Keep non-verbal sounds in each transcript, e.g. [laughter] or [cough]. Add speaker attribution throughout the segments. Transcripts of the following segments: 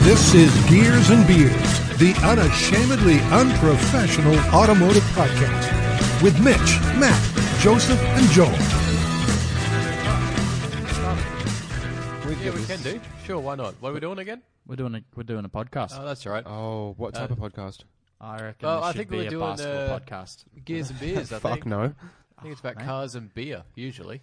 Speaker 1: This is Gears and Beers, the unashamedly unprofessional automotive podcast with Mitch, Matt, Joseph, and Joel.
Speaker 2: Yeah, we can do. Sure, why not? What are we doing again?
Speaker 3: We're doing a we're doing a podcast.
Speaker 2: Oh, that's all right.
Speaker 4: Oh, what
Speaker 2: Uh,
Speaker 4: type of podcast?
Speaker 3: Uh, I reckon.
Speaker 2: well,
Speaker 3: this
Speaker 2: I
Speaker 3: should
Speaker 2: think
Speaker 3: be
Speaker 2: we're
Speaker 3: a
Speaker 2: doing,
Speaker 3: basketball
Speaker 2: uh,
Speaker 3: podcast.
Speaker 2: Gears and
Speaker 4: [laughs]
Speaker 2: beers. I
Speaker 4: Fuck
Speaker 2: think.
Speaker 4: no.
Speaker 2: I think it's about cars and beer usually.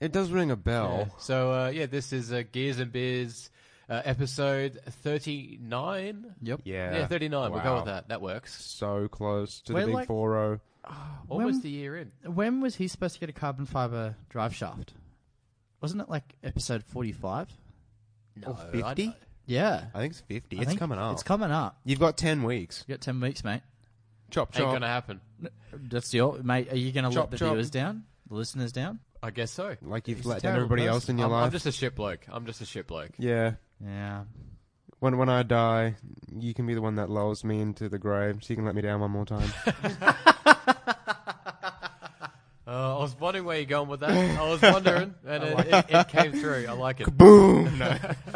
Speaker 4: It does ring a bell.
Speaker 2: So uh, yeah, this is uh, Gears and Beers uh, episode thirty nine.
Speaker 3: Yep.
Speaker 4: Yeah.
Speaker 2: Yeah, thirty nine. We'll go with
Speaker 4: Wow.
Speaker 2: that. That works.
Speaker 4: So close to
Speaker 3: We're
Speaker 4: the big
Speaker 3: like-
Speaker 4: four zero.
Speaker 2: Almost a year in.
Speaker 3: When was he supposed to get a carbon fiber drive shaft? Wasn't it like episode forty five?
Speaker 2: No, I
Speaker 4: 50?
Speaker 2: don't.
Speaker 3: Yeah.
Speaker 4: I think it's fifty.
Speaker 3: I
Speaker 4: it's
Speaker 3: think
Speaker 4: coming up.
Speaker 3: It's coming up.
Speaker 4: You've got ten weeks.
Speaker 3: You got ten weeks, mate.
Speaker 4: Chop
Speaker 2: Ain't
Speaker 4: chop.
Speaker 2: gonna happen.
Speaker 3: That's your mate. Are you going to let
Speaker 4: Chop,
Speaker 3: the
Speaker 4: chop.
Speaker 3: viewers down, the listeners down?
Speaker 2: I guess so.
Speaker 4: Like
Speaker 3: He's
Speaker 4: you've
Speaker 3: a
Speaker 4: let
Speaker 3: terrible
Speaker 4: everybody
Speaker 3: person.
Speaker 4: else in your
Speaker 2: I'm,
Speaker 4: life.
Speaker 2: I'm just a ship bloke. I'm just a ship
Speaker 4: [laughs]
Speaker 2: bloke.
Speaker 4: Yeah.
Speaker 3: Yeah.
Speaker 4: When when I die, you can be the one that lulls me into the grave, so you can let me down one more
Speaker 3: [laughs]
Speaker 4: time.
Speaker 2: Uh, I was wondering where you're going with
Speaker 4: [laughs]
Speaker 2: that. I was wondering, and it, it, it came through. I like it.
Speaker 4: Boom. [laughs] No.
Speaker 2: [laughs]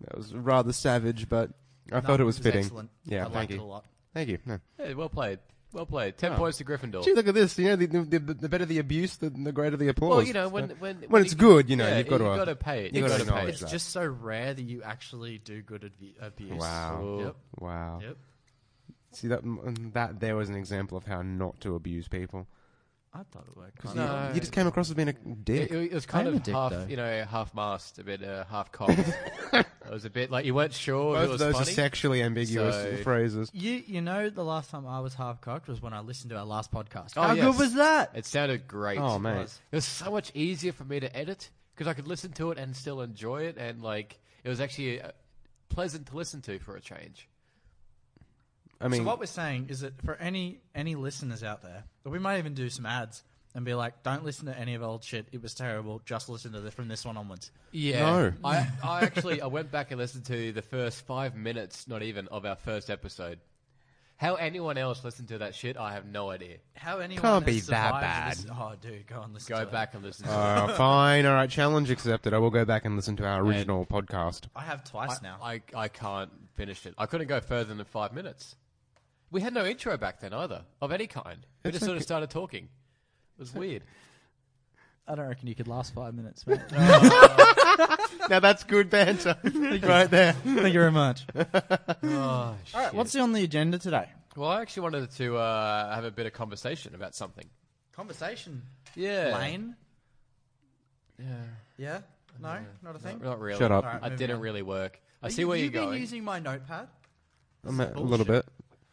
Speaker 4: that was rather savage, but I
Speaker 3: No,
Speaker 4: thought it was fitting.
Speaker 3: Excellent.
Speaker 4: Yeah.
Speaker 3: I
Speaker 4: thank
Speaker 3: liked
Speaker 4: you.
Speaker 3: it a lot.
Speaker 4: Thank you. No.
Speaker 2: Yeah, well played. Well played. Ten
Speaker 4: Oh.
Speaker 2: points to Gryffindor.
Speaker 4: Gee, look at this. You know, the, the, the, the better the abuse, the, the greater the applause.
Speaker 2: Well, you know, when when
Speaker 4: when it's good, you know,
Speaker 2: yeah,
Speaker 4: you've got to.
Speaker 2: gotta pay it.
Speaker 4: you
Speaker 2: You've
Speaker 4: gotta
Speaker 2: got to pay
Speaker 4: acknowledge
Speaker 2: it.
Speaker 3: It's just so rare that you actually do good adv- abuse.
Speaker 4: Wow.
Speaker 3: Yep.
Speaker 4: Wow.
Speaker 3: Yep.
Speaker 4: See that mm, that there was an example of how not to abuse people.
Speaker 3: I thought it worked.
Speaker 4: 'Cause
Speaker 3: quite
Speaker 4: you-
Speaker 3: well.
Speaker 2: No.
Speaker 4: you, just came across as being a dick.
Speaker 2: It, it was kind
Speaker 3: I'm a
Speaker 2: of
Speaker 3: dick,
Speaker 2: half,
Speaker 3: though.
Speaker 2: you know, half masked, a bit uh, half
Speaker 4: [laughs]
Speaker 2: cocked. it was a bit like you weren't sure if
Speaker 4: Both
Speaker 2: it
Speaker 4: of
Speaker 2: was
Speaker 4: those are
Speaker 2: funny.
Speaker 4: sexually ambiguous
Speaker 2: So-
Speaker 4: phrases.
Speaker 3: You you know the last time I was half cocked was when I listened to our last podcast.
Speaker 2: Oh,
Speaker 3: How
Speaker 2: yes.
Speaker 3: good was that?
Speaker 2: it sounded great.
Speaker 4: Oh, mate.
Speaker 3: was.
Speaker 2: it was so much easier for me to edit because I could listen to it and still enjoy it, and like it was actually uh, pleasant to listen to for a change.
Speaker 4: I mean,
Speaker 3: so what we're saying is that for any any listeners out there, or we might even do some ads and be like, don't listen to any of our old shit. It was terrible. Just listen to this from this one onwards.
Speaker 2: Yeah,
Speaker 4: No.
Speaker 2: I, I actually I went back and listened to the first five minutes, not even, of our first episode. How anyone else listened to that shit, I have no idea.
Speaker 3: How anyone
Speaker 4: Can't
Speaker 3: has
Speaker 4: be that
Speaker 3: survived
Speaker 4: bad.
Speaker 3: this- oh, dude, go and listen.
Speaker 2: Go
Speaker 3: to it.
Speaker 2: back and listen. to it.
Speaker 4: [laughs] uh, fine, all right, challenge accepted. I will go back and listen to our original podcast.
Speaker 3: I have twice now.
Speaker 2: I, I can't finish it. I couldn't go further than five minutes. We had no intro back then either, of any kind. We just sort of started talking. It was weird.
Speaker 3: I don't reckon you could last five minutes. [laughs] Mate.
Speaker 4: now that's good banter, right there.
Speaker 3: Thank you very much.
Speaker 2: Oh,
Speaker 3: All right, what's on the agenda today?
Speaker 2: Well, I actually wanted to uh, have a bit of conversation about something.
Speaker 3: Conversation
Speaker 2: Yeah.
Speaker 3: lane.
Speaker 2: Yeah.
Speaker 3: Yeah. No, not a thing.
Speaker 2: Not really.
Speaker 4: Shut up.
Speaker 3: Alright,
Speaker 2: I
Speaker 3: moving
Speaker 2: didn't
Speaker 3: on.
Speaker 2: really work. I
Speaker 3: Are
Speaker 2: see
Speaker 3: you,
Speaker 2: where
Speaker 3: you've
Speaker 2: you're going.
Speaker 3: been using my notepad.
Speaker 4: Um, a
Speaker 3: bullshit.
Speaker 4: little bit.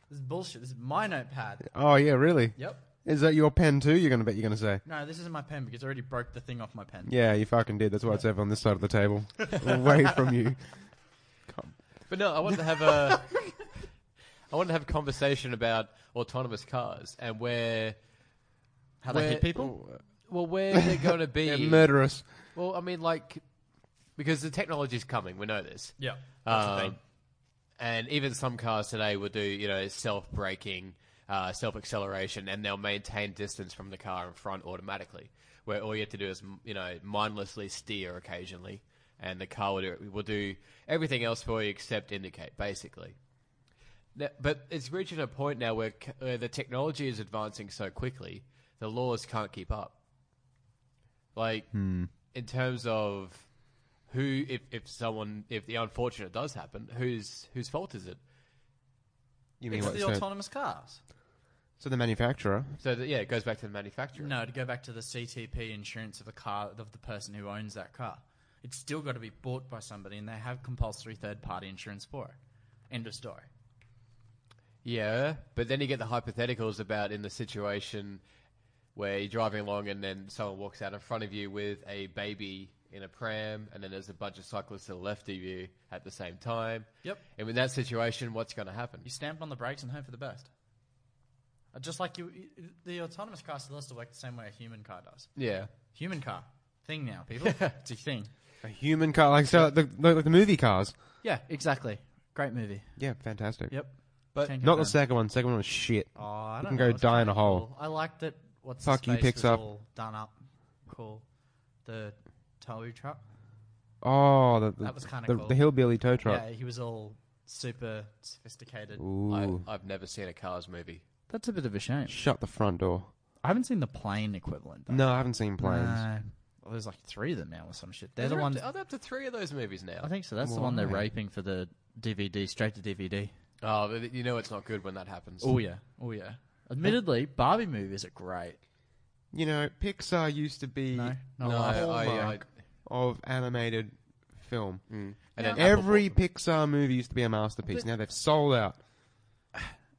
Speaker 3: This is bullshit. This is my notepad.
Speaker 4: Oh yeah, really?
Speaker 3: Yep.
Speaker 4: Is that your pen too? You're gonna bet you're gonna say.
Speaker 3: No, this isn't my pen because I already broke the thing off my pen.
Speaker 4: Yeah, you fucking did. That's why it's over on this side of the table, away from you.
Speaker 2: But no, I wanted to have a I wanted to have a conversation about autonomous cars and where
Speaker 3: How they
Speaker 2: Where-
Speaker 3: hit people?
Speaker 2: well where they're going to be.
Speaker 4: Yeah, murderous.
Speaker 2: Well, I mean, like, because the technology's coming, we know this.
Speaker 3: Yeah.
Speaker 2: Um, and even some cars today will do, you know, self braking, uh, self acceleration, and they'll maintain distance from the car in front automatically, where all you have to do is, m- you know, mindlessly steer occasionally, and the car will do, will do everything else for you except indicate, basically. Now- But it's reaching a point now where, c- where the technology is advancing so quickly, the laws can't keep up. Like,
Speaker 3: Hmm.
Speaker 2: in terms of who, if, if someone, if the unfortunate does happen, whose whose fault is it?
Speaker 4: You
Speaker 3: it's
Speaker 4: what?
Speaker 3: the
Speaker 4: So-
Speaker 3: autonomous cars.
Speaker 4: so the manufacturer.
Speaker 2: So that, yeah, it goes back to the manufacturer.
Speaker 3: No, to go back to the CTP insurance of the car of the person who owns that car, it's still got to be bought by somebody, and they have compulsory third-party insurance for it. End of story.
Speaker 2: Yeah, but then you get the hypotheticals about in the situation where you're driving along and then someone walks out in front of you with a baby in a pram, and then there's a bunch of cyclists to the left of you at the same time.
Speaker 3: Yep.
Speaker 2: And in that situation, what's going to happen?
Speaker 3: You stamped on the brakes and hope for the best. Uh, Just like you, the autonomous car still has to work the same way a human car does.
Speaker 2: Yeah.
Speaker 3: Human car thing now, [laughs] people. it's a thing.
Speaker 4: A human car, like so, the, the, the movie cars.
Speaker 3: Yeah, exactly. Great movie.
Speaker 4: Yeah, fantastic.
Speaker 3: Yep.
Speaker 2: But
Speaker 3: Can
Speaker 4: Not the
Speaker 3: confirm.
Speaker 4: second one. Second one was shit.
Speaker 3: Oh, I
Speaker 4: You
Speaker 3: don't
Speaker 4: can
Speaker 3: know.
Speaker 4: go
Speaker 3: It's
Speaker 4: die in
Speaker 3: kinda
Speaker 4: a hole.
Speaker 3: cool. I like that. What's
Speaker 4: Fuck
Speaker 3: the
Speaker 4: you,
Speaker 3: space
Speaker 4: picks
Speaker 3: was
Speaker 4: up.
Speaker 3: all done up, cool. The tow truck.
Speaker 4: Oh, the, the,
Speaker 3: That was kinda
Speaker 4: the,
Speaker 3: cool.
Speaker 4: the hillbilly tow truck.
Speaker 3: Yeah, he was all super sophisticated.
Speaker 2: I,
Speaker 4: Ooh,
Speaker 2: I've never seen a Cars movie.
Speaker 3: That's a bit of a shame.
Speaker 4: shut the front door.
Speaker 3: I haven't seen the plane equivalent. Though.
Speaker 4: No, I haven't seen planes.
Speaker 3: Nah. well, there's like three of them now or some shit. They're
Speaker 2: Is
Speaker 3: the
Speaker 2: there up
Speaker 3: ones.
Speaker 2: to- Are there up to three of those movies now?
Speaker 3: I think so. That's the one they're
Speaker 4: Why?
Speaker 3: raping for the DVD, straight to DVD.
Speaker 2: Oh, but you know it's not good when that happens.
Speaker 3: Oh yeah, oh yeah. Admittedly, Barbie movies are great.
Speaker 4: You know, Pixar used to be
Speaker 3: No,
Speaker 2: no,
Speaker 3: not
Speaker 2: I, uh,
Speaker 3: no,
Speaker 2: I, I,
Speaker 4: of animated film.
Speaker 2: and then
Speaker 4: Every
Speaker 2: Apple-
Speaker 4: Pixar movie used to be a masterpiece. now they've sold out.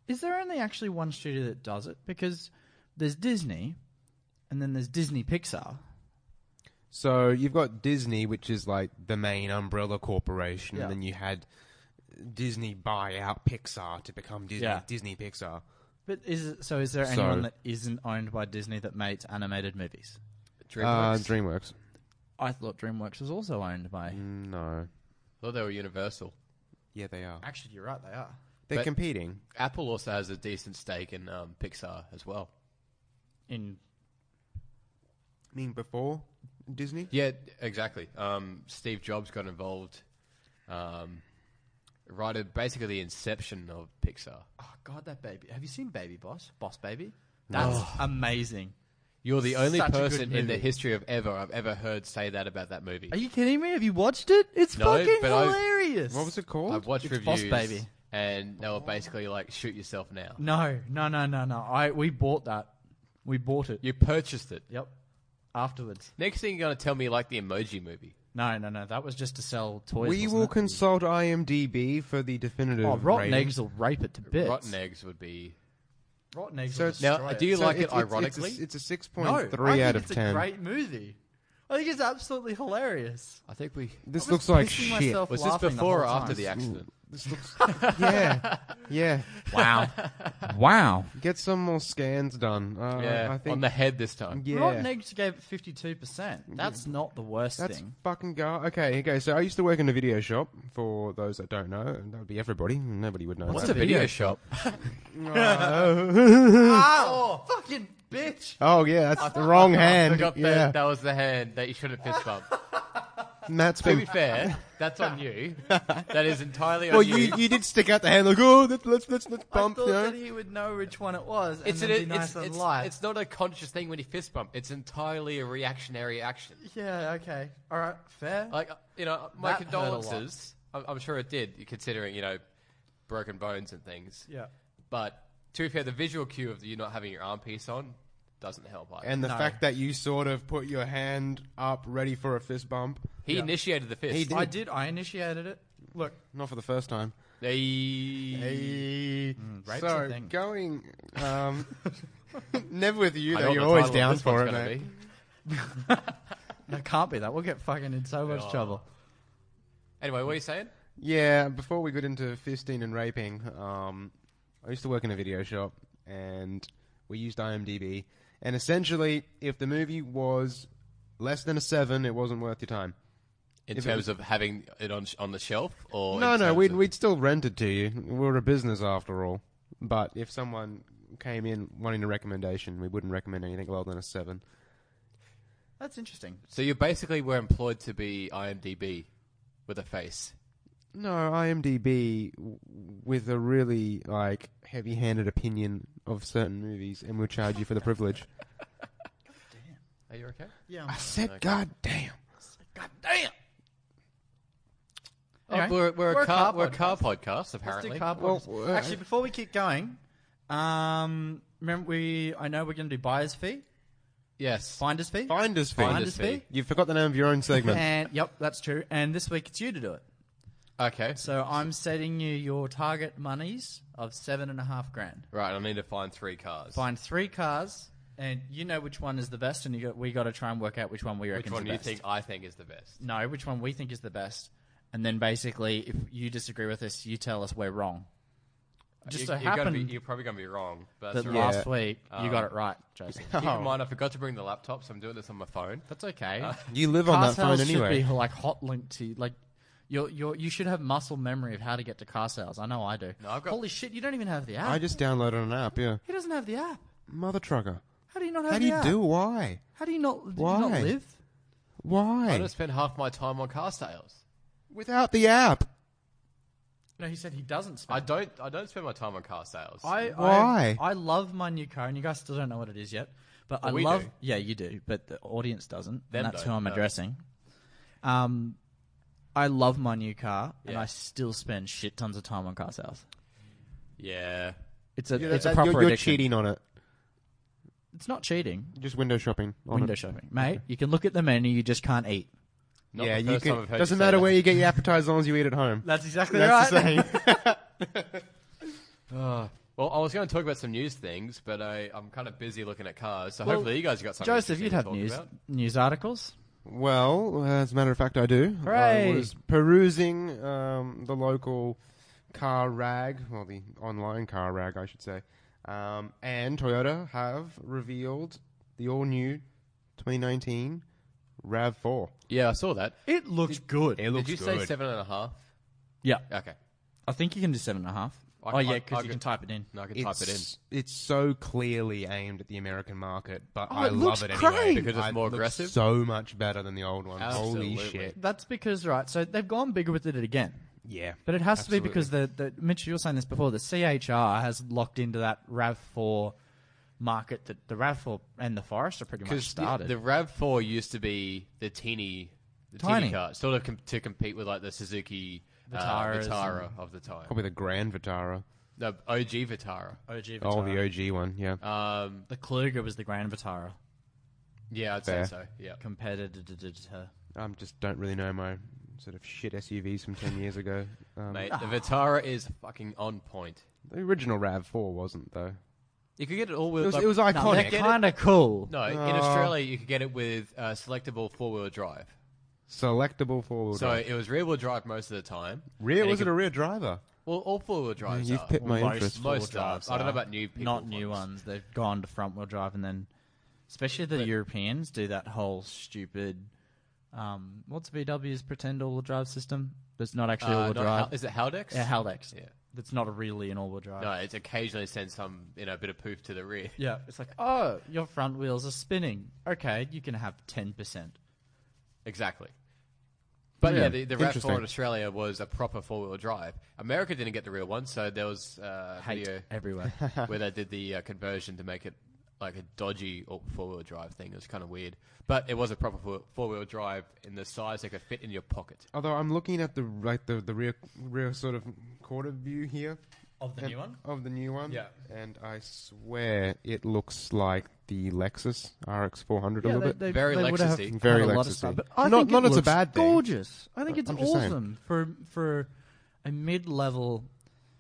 Speaker 3: Is there only actually one studio that does it? Because there's Disney, and then there's Disney Pixar.
Speaker 4: So you've got Disney, which is like the main umbrella corporation,
Speaker 3: Yeah.
Speaker 4: and then you had Disney buy out Pixar to become Disney.
Speaker 3: Yeah.
Speaker 4: Disney Pixar.
Speaker 3: But is it, so? Is there
Speaker 4: So-
Speaker 3: anyone that isn't owned by Disney that makes animated movies?
Speaker 4: DreamWorks. Uh,
Speaker 2: DreamWorks.
Speaker 4: DreamWorks.
Speaker 3: I thought DreamWorks was also owned by.
Speaker 2: I
Speaker 4: No.
Speaker 2: thought they were Universal.
Speaker 4: Yeah, they are.
Speaker 3: Actually, you're right. They are.
Speaker 4: They're
Speaker 2: But-
Speaker 4: competing.
Speaker 2: Apple also has a decent stake in um, Pixar as well.
Speaker 3: In
Speaker 4: I mean, before Disney.
Speaker 2: Yeah, exactly. Um, Steve Jobs got involved um, right at basically the inception of Pixar.
Speaker 3: oh god, that baby. Have you seen Baby Boss? Boss Baby. That's amazing.
Speaker 2: You're the only
Speaker 3: Such a good
Speaker 2: person in the
Speaker 3: movie.
Speaker 2: history of ever I've ever heard say that about that movie.
Speaker 3: Are you kidding me? Have you watched it? It's
Speaker 2: No,
Speaker 3: fucking
Speaker 2: but I-
Speaker 3: hilarious.
Speaker 4: What was it called?
Speaker 2: I've watched
Speaker 3: It's Boss
Speaker 2: reviews,
Speaker 3: Baby.
Speaker 2: and they were basically like, "Shoot yourself now."
Speaker 3: No, no, no, no, no. I we bought that. We bought it.
Speaker 2: You purchased it.
Speaker 3: Yep. Afterwards.
Speaker 2: Next thing you're gonna tell me, like the Emoji Movie.
Speaker 3: No, no, no. That was just to sell toys.
Speaker 4: we
Speaker 3: wasn't
Speaker 4: will
Speaker 3: it?
Speaker 4: consult IMDb for the definitive.
Speaker 3: Oh, rotten
Speaker 4: rating.
Speaker 3: eggs will rape it to bits.
Speaker 2: Rotten eggs would be.
Speaker 3: Rotten eggs.
Speaker 4: So
Speaker 3: will
Speaker 4: it's-
Speaker 2: Now,
Speaker 3: destroy
Speaker 2: do you
Speaker 3: it.
Speaker 2: like
Speaker 4: it's-
Speaker 2: it
Speaker 4: it's-
Speaker 2: ironically?
Speaker 4: It's, a, it's a six
Speaker 3: No,
Speaker 4: point
Speaker 3: I
Speaker 4: three
Speaker 3: think
Speaker 4: out of
Speaker 3: it's
Speaker 4: ten.
Speaker 3: a great movie. I think it's absolutely hilarious.
Speaker 2: I think we.
Speaker 4: This
Speaker 3: I was
Speaker 4: looks like
Speaker 3: pissing
Speaker 4: shit.
Speaker 3: myself
Speaker 2: Was this
Speaker 3: laughing the
Speaker 2: before or
Speaker 3: whole
Speaker 2: after
Speaker 3: time.
Speaker 2: the accident?
Speaker 3: [laughs]
Speaker 4: This looks. yeah, yeah. [laughs]
Speaker 3: Wow. wow.
Speaker 4: Get some more scans done. Uh,
Speaker 2: Yeah,
Speaker 4: I think.
Speaker 2: on the head this time.
Speaker 4: yeah.
Speaker 3: Rotten Eggs gave it 52%. That's not the worst
Speaker 4: That's [laughs]
Speaker 3: thing.
Speaker 4: fucking go. Okay, okay. So I used to work in a video shop. For those that don't know, and that would be everybody. Nobody would know.
Speaker 2: What's
Speaker 4: that.
Speaker 2: a video shop?
Speaker 3: Ow! Oh, Fucking bitch!
Speaker 4: Oh yeah, that's the wrong
Speaker 2: I
Speaker 4: hand.
Speaker 2: got
Speaker 4: Yeah,
Speaker 2: that. That was the hand that you should have fist bumped.
Speaker 4: Matt's
Speaker 2: to be
Speaker 4: been.
Speaker 2: fair, that's on you. That is entirely on
Speaker 4: Well,
Speaker 2: you.
Speaker 4: you you did stick out the hand like, oh, let's let's let's, let's bump.
Speaker 3: I thought
Speaker 4: you know?
Speaker 3: that he would know which one it was and
Speaker 2: It's,
Speaker 3: then
Speaker 2: an,
Speaker 3: be nice
Speaker 2: it's,
Speaker 3: and
Speaker 2: it's,
Speaker 3: light.
Speaker 2: it's not a conscious thing when you fist bump. It's entirely a reactionary action.
Speaker 3: Yeah, okay. Alright, fair.
Speaker 2: Like uh, you know, my
Speaker 3: That hurt a lot.
Speaker 2: condolences. I'm, I'm sure it did, considering you know, broken bones and things.
Speaker 3: yeah.
Speaker 2: But to be fair, the visual cue of you not having your arm piece on doesn't help either.
Speaker 4: And the
Speaker 3: No.
Speaker 4: fact that you sort of put your hand up ready for a fist bump.
Speaker 2: he initiated the fist.
Speaker 4: He did.
Speaker 3: I did, I initiated it. Look.
Speaker 4: Not for the first time.
Speaker 2: Hey.
Speaker 3: rape's a
Speaker 4: so
Speaker 3: thing.
Speaker 4: going
Speaker 2: [laughs]
Speaker 4: um, [laughs] never with you
Speaker 2: I
Speaker 4: though.
Speaker 2: know
Speaker 4: You're
Speaker 2: the
Speaker 4: always
Speaker 2: title of
Speaker 4: down
Speaker 2: this
Speaker 4: for
Speaker 2: one's
Speaker 4: it,
Speaker 2: gonna
Speaker 4: mate.
Speaker 2: be.
Speaker 3: That can't be that. We'll get fucking in so much
Speaker 2: Yeah.
Speaker 3: trouble.
Speaker 2: Anyway, what are you saying?
Speaker 4: Yeah. Before we got into fisting and raping, um, I used to work in a video shop, and we used IMDb. And essentially, if the movie was less than a seven, it wasn't worth your time.
Speaker 2: In
Speaker 4: If it
Speaker 2: terms of having it on sh- on the shelf, or
Speaker 4: No,
Speaker 2: in
Speaker 4: no,
Speaker 2: terms
Speaker 4: we'd,
Speaker 2: of-
Speaker 4: we'd still rent it to you. We're a business after all. But if someone came in wanting a recommendation, we wouldn't recommend anything lower than a seven.
Speaker 3: That's interesting.
Speaker 2: So you basically were employed to be IMDb with a face.
Speaker 4: No, IMDb w- with a really like heavy-handed opinion of certain movies, and we'll charge you for the privilege.
Speaker 2: Are you okay?
Speaker 3: Yeah.
Speaker 4: I said, "God damn."
Speaker 3: God damn!
Speaker 2: Oh, we're, we're, a car, we're a car podcast,
Speaker 3: Let's
Speaker 2: apparently.
Speaker 3: do car
Speaker 4: Well,
Speaker 3: podcast.
Speaker 4: uh,
Speaker 3: Actually, before we keep going, um, remember we I know we're going to do buyer's fee,
Speaker 2: Yes.
Speaker 3: finder's fee,
Speaker 4: Finder's fee.
Speaker 2: Finder's
Speaker 3: Finder's fee.
Speaker 2: fee.
Speaker 4: You forgot the name of your own segment.
Speaker 3: and yep, that's true. And this week it's you to do it.
Speaker 2: Okay.
Speaker 3: So I'm setting you your target monies of seven and a half grand.
Speaker 2: Right, I need to find three cars.
Speaker 3: Find three cars, and you know which one is the best, and you got, we got to try and work out which one we
Speaker 2: Which
Speaker 3: reckon
Speaker 2: one
Speaker 3: the
Speaker 2: do you
Speaker 3: best.
Speaker 2: think I think is the best?
Speaker 3: No, which one we think is the best, and then basically, if you disagree with us, you tell us we're wrong. Just
Speaker 2: you,
Speaker 3: so
Speaker 2: you're, gonna be,
Speaker 3: happened
Speaker 2: you're probably going to be wrong. But
Speaker 3: that
Speaker 2: that's all right.
Speaker 3: last week you got it right, [laughs] Joseph.
Speaker 2: Keep in mind, I forgot to bring the laptop, so I'm doing this on my phone.
Speaker 3: That's okay.
Speaker 4: You live on
Speaker 3: car
Speaker 4: that phone
Speaker 3: sales
Speaker 4: anyway.
Speaker 3: should be like hot linked to like. You're, you're, you should have muscle memory of how to get to car sales. I know I do.
Speaker 2: No, I've got-
Speaker 3: Holy shit, you don't even have the app.
Speaker 4: I just downloaded an app. Yeah,
Speaker 3: He doesn't have the app.
Speaker 4: mother trucker.
Speaker 3: How do you not have
Speaker 4: How do
Speaker 3: the
Speaker 4: you
Speaker 3: app?
Speaker 4: do? Why?
Speaker 3: How do you not, do you
Speaker 4: Why?
Speaker 3: not live?
Speaker 2: I
Speaker 4: Why?
Speaker 2: would have spent half my time on car sales.
Speaker 4: Without the app.
Speaker 3: No, he said he doesn't
Speaker 2: I
Speaker 3: spend.
Speaker 2: don't. I don't spend my time on car sales.
Speaker 3: I,
Speaker 4: Why?
Speaker 3: I, I love my new car, and you guys still don't know what it is yet. But I
Speaker 2: Well, we
Speaker 3: love.
Speaker 2: do.
Speaker 3: Yeah, you do, but the audience doesn't.
Speaker 2: Them
Speaker 3: and that's who
Speaker 2: don't,
Speaker 3: I'm
Speaker 2: no.
Speaker 3: addressing. Um, I love my new car, and
Speaker 2: Yeah.
Speaker 3: I still spend shit tons of time on car sales.
Speaker 2: yeah.
Speaker 3: It's a
Speaker 4: Yeah,
Speaker 3: it's a
Speaker 4: that-
Speaker 3: proper
Speaker 4: you're, you're
Speaker 3: addiction.
Speaker 4: cheating on it.
Speaker 3: It's not cheating.
Speaker 4: Just window shopping. on
Speaker 3: Window
Speaker 4: it.
Speaker 3: shopping, mate. You can look at the menu, you just can't eat.
Speaker 2: Not
Speaker 4: yeah,
Speaker 2: the
Speaker 4: you
Speaker 2: first time
Speaker 4: can.
Speaker 2: I've heard
Speaker 4: Doesn't
Speaker 2: you say
Speaker 4: matter
Speaker 2: that.
Speaker 4: where you get your appetizer as long as you eat at home.
Speaker 3: That's exactly
Speaker 4: That's
Speaker 3: right.
Speaker 2: [laughs]
Speaker 4: the same.
Speaker 2: Well, I was going to talk about some news things, but I, I'm kind of busy looking at cars, so
Speaker 3: Well,
Speaker 2: hopefully you guys got something.
Speaker 3: Joseph,
Speaker 2: interesting
Speaker 3: you'd
Speaker 2: to
Speaker 3: have
Speaker 2: talk
Speaker 3: news
Speaker 2: about.
Speaker 3: news articles.
Speaker 4: Well, uh, as a matter of fact, I do.
Speaker 3: Hooray.
Speaker 4: I was perusing um, the local car rag, well, the online car rag, I should say. Um, and Toyota have revealed the all new 2019 RAV4.
Speaker 2: Yeah, I saw that.
Speaker 3: It looks good.
Speaker 2: Did you say seven and a half?
Speaker 3: Yeah,
Speaker 2: Okay.
Speaker 3: I think you can do seven and a half.
Speaker 2: I-
Speaker 3: oh yeah,
Speaker 2: I- I
Speaker 3: because you
Speaker 2: could-
Speaker 3: can type it in.
Speaker 2: No, I can type it in.
Speaker 4: It's, it's so clearly aimed at the American market, but
Speaker 3: Oh,
Speaker 4: I
Speaker 3: it
Speaker 4: love
Speaker 3: looks
Speaker 4: it anyway
Speaker 3: great.
Speaker 2: Because it's
Speaker 4: it
Speaker 2: more
Speaker 4: looks
Speaker 2: aggressive?
Speaker 4: So much better than the old one. Holy
Speaker 2: Absolutely.
Speaker 4: shit!
Speaker 3: That's because right. So they've gone bigger with it again,
Speaker 4: Yeah,
Speaker 3: but it has to be because the, the Mitch, you were saying this before. The CHR has locked into that Rav Four market that the Rav Four and the Forester pretty much
Speaker 2: Because the,
Speaker 3: started.
Speaker 2: the Rav Four used to be the teeny, the teeny
Speaker 3: Tiny.
Speaker 2: car, sort of com- to compete with like the Suzuki uh,
Speaker 3: Vitaras
Speaker 2: Vitara of the time.
Speaker 4: probably the Grand Vitara.
Speaker 2: No, OG Vitara.
Speaker 3: OG Vitara. Uh,
Speaker 4: Oh, the OG one. Yeah.
Speaker 2: Um,
Speaker 3: The Kluger was the Grand Vitara
Speaker 2: yeah, I'd
Speaker 4: Fair.
Speaker 2: say so. Yeah.
Speaker 3: competitor to- to to her.
Speaker 4: I Um, just don't really know my sort of shit SUVs from 10 years ago. Um,
Speaker 2: Mate, the Vitara is fucking on point.
Speaker 4: The original RAV4 wasn't, though.
Speaker 2: You could get it all
Speaker 4: It
Speaker 2: wheel.
Speaker 4: was,
Speaker 2: like-
Speaker 4: it was
Speaker 3: No, they're
Speaker 4: iconic.
Speaker 3: kind of cool.
Speaker 2: no, in
Speaker 4: Uh,
Speaker 2: Australia you could get it with uh, selectable four wheel drive.
Speaker 4: Selectable four wheel
Speaker 2: So
Speaker 4: drive.
Speaker 2: it was rear wheel drive most of the time.
Speaker 4: Rear,
Speaker 2: And
Speaker 4: was
Speaker 2: you
Speaker 4: it a
Speaker 2: could-
Speaker 4: rear driver?
Speaker 2: Well, all four wheel drives.
Speaker 4: You've
Speaker 2: are.
Speaker 4: piqued my
Speaker 3: Most
Speaker 4: interest.
Speaker 2: mo- Most
Speaker 3: four-wheel
Speaker 2: are. I don't know about new people
Speaker 3: Not new
Speaker 2: ones.
Speaker 3: ones. They've gone to front wheel drive, and then especially the Europeans do that whole stupid. Um, what's VW's pretend all wheel drive system? That's not actually all
Speaker 2: Uh,
Speaker 3: wheel
Speaker 2: not
Speaker 3: drive.
Speaker 2: Hal- is it Haldex?
Speaker 3: yeah, Haldex.
Speaker 2: Yeah.
Speaker 3: That's not a really an all wheel drive.
Speaker 2: No, it's occasionally sends some you know bit of poof to the
Speaker 3: [laughs]
Speaker 2: rear. [laughs]
Speaker 3: Yeah, it's like oh, your front wheels are spinning. Okay, you can have ten percent.
Speaker 2: Exactly.
Speaker 3: Hmm.
Speaker 2: But yeah,
Speaker 4: Yeah,
Speaker 2: the, the RAV4
Speaker 4: interesting.
Speaker 2: in Australia was a proper four wheel drive. America didn't get the real one, so there was uh, a
Speaker 3: Hate
Speaker 2: video
Speaker 3: everywhere. [laughs]
Speaker 2: where they did the uh, conversion to make it like a dodgy four wheel drive thing. It was kind of weird. But it was a proper four wheel drive in the size that could fit in your pocket.
Speaker 4: Although I'm looking at the like the, the rear rear sort of quarter view here
Speaker 3: of the
Speaker 4: and-
Speaker 3: new one.
Speaker 4: of the new one.
Speaker 2: Yeah.
Speaker 4: And I swear it looks like the Lexus RX 400 a little bit.
Speaker 2: Very
Speaker 3: would have
Speaker 2: Lexus-y.
Speaker 4: Very
Speaker 3: had a lot of
Speaker 4: Lexus-y.
Speaker 3: stuff, but I
Speaker 4: Not-
Speaker 3: think
Speaker 4: not
Speaker 3: it
Speaker 4: it's a
Speaker 3: looks
Speaker 4: bad thing. Uh,
Speaker 3: Gorgeous. I think it's
Speaker 4: I'm just saying.
Speaker 3: awesome for for a mid level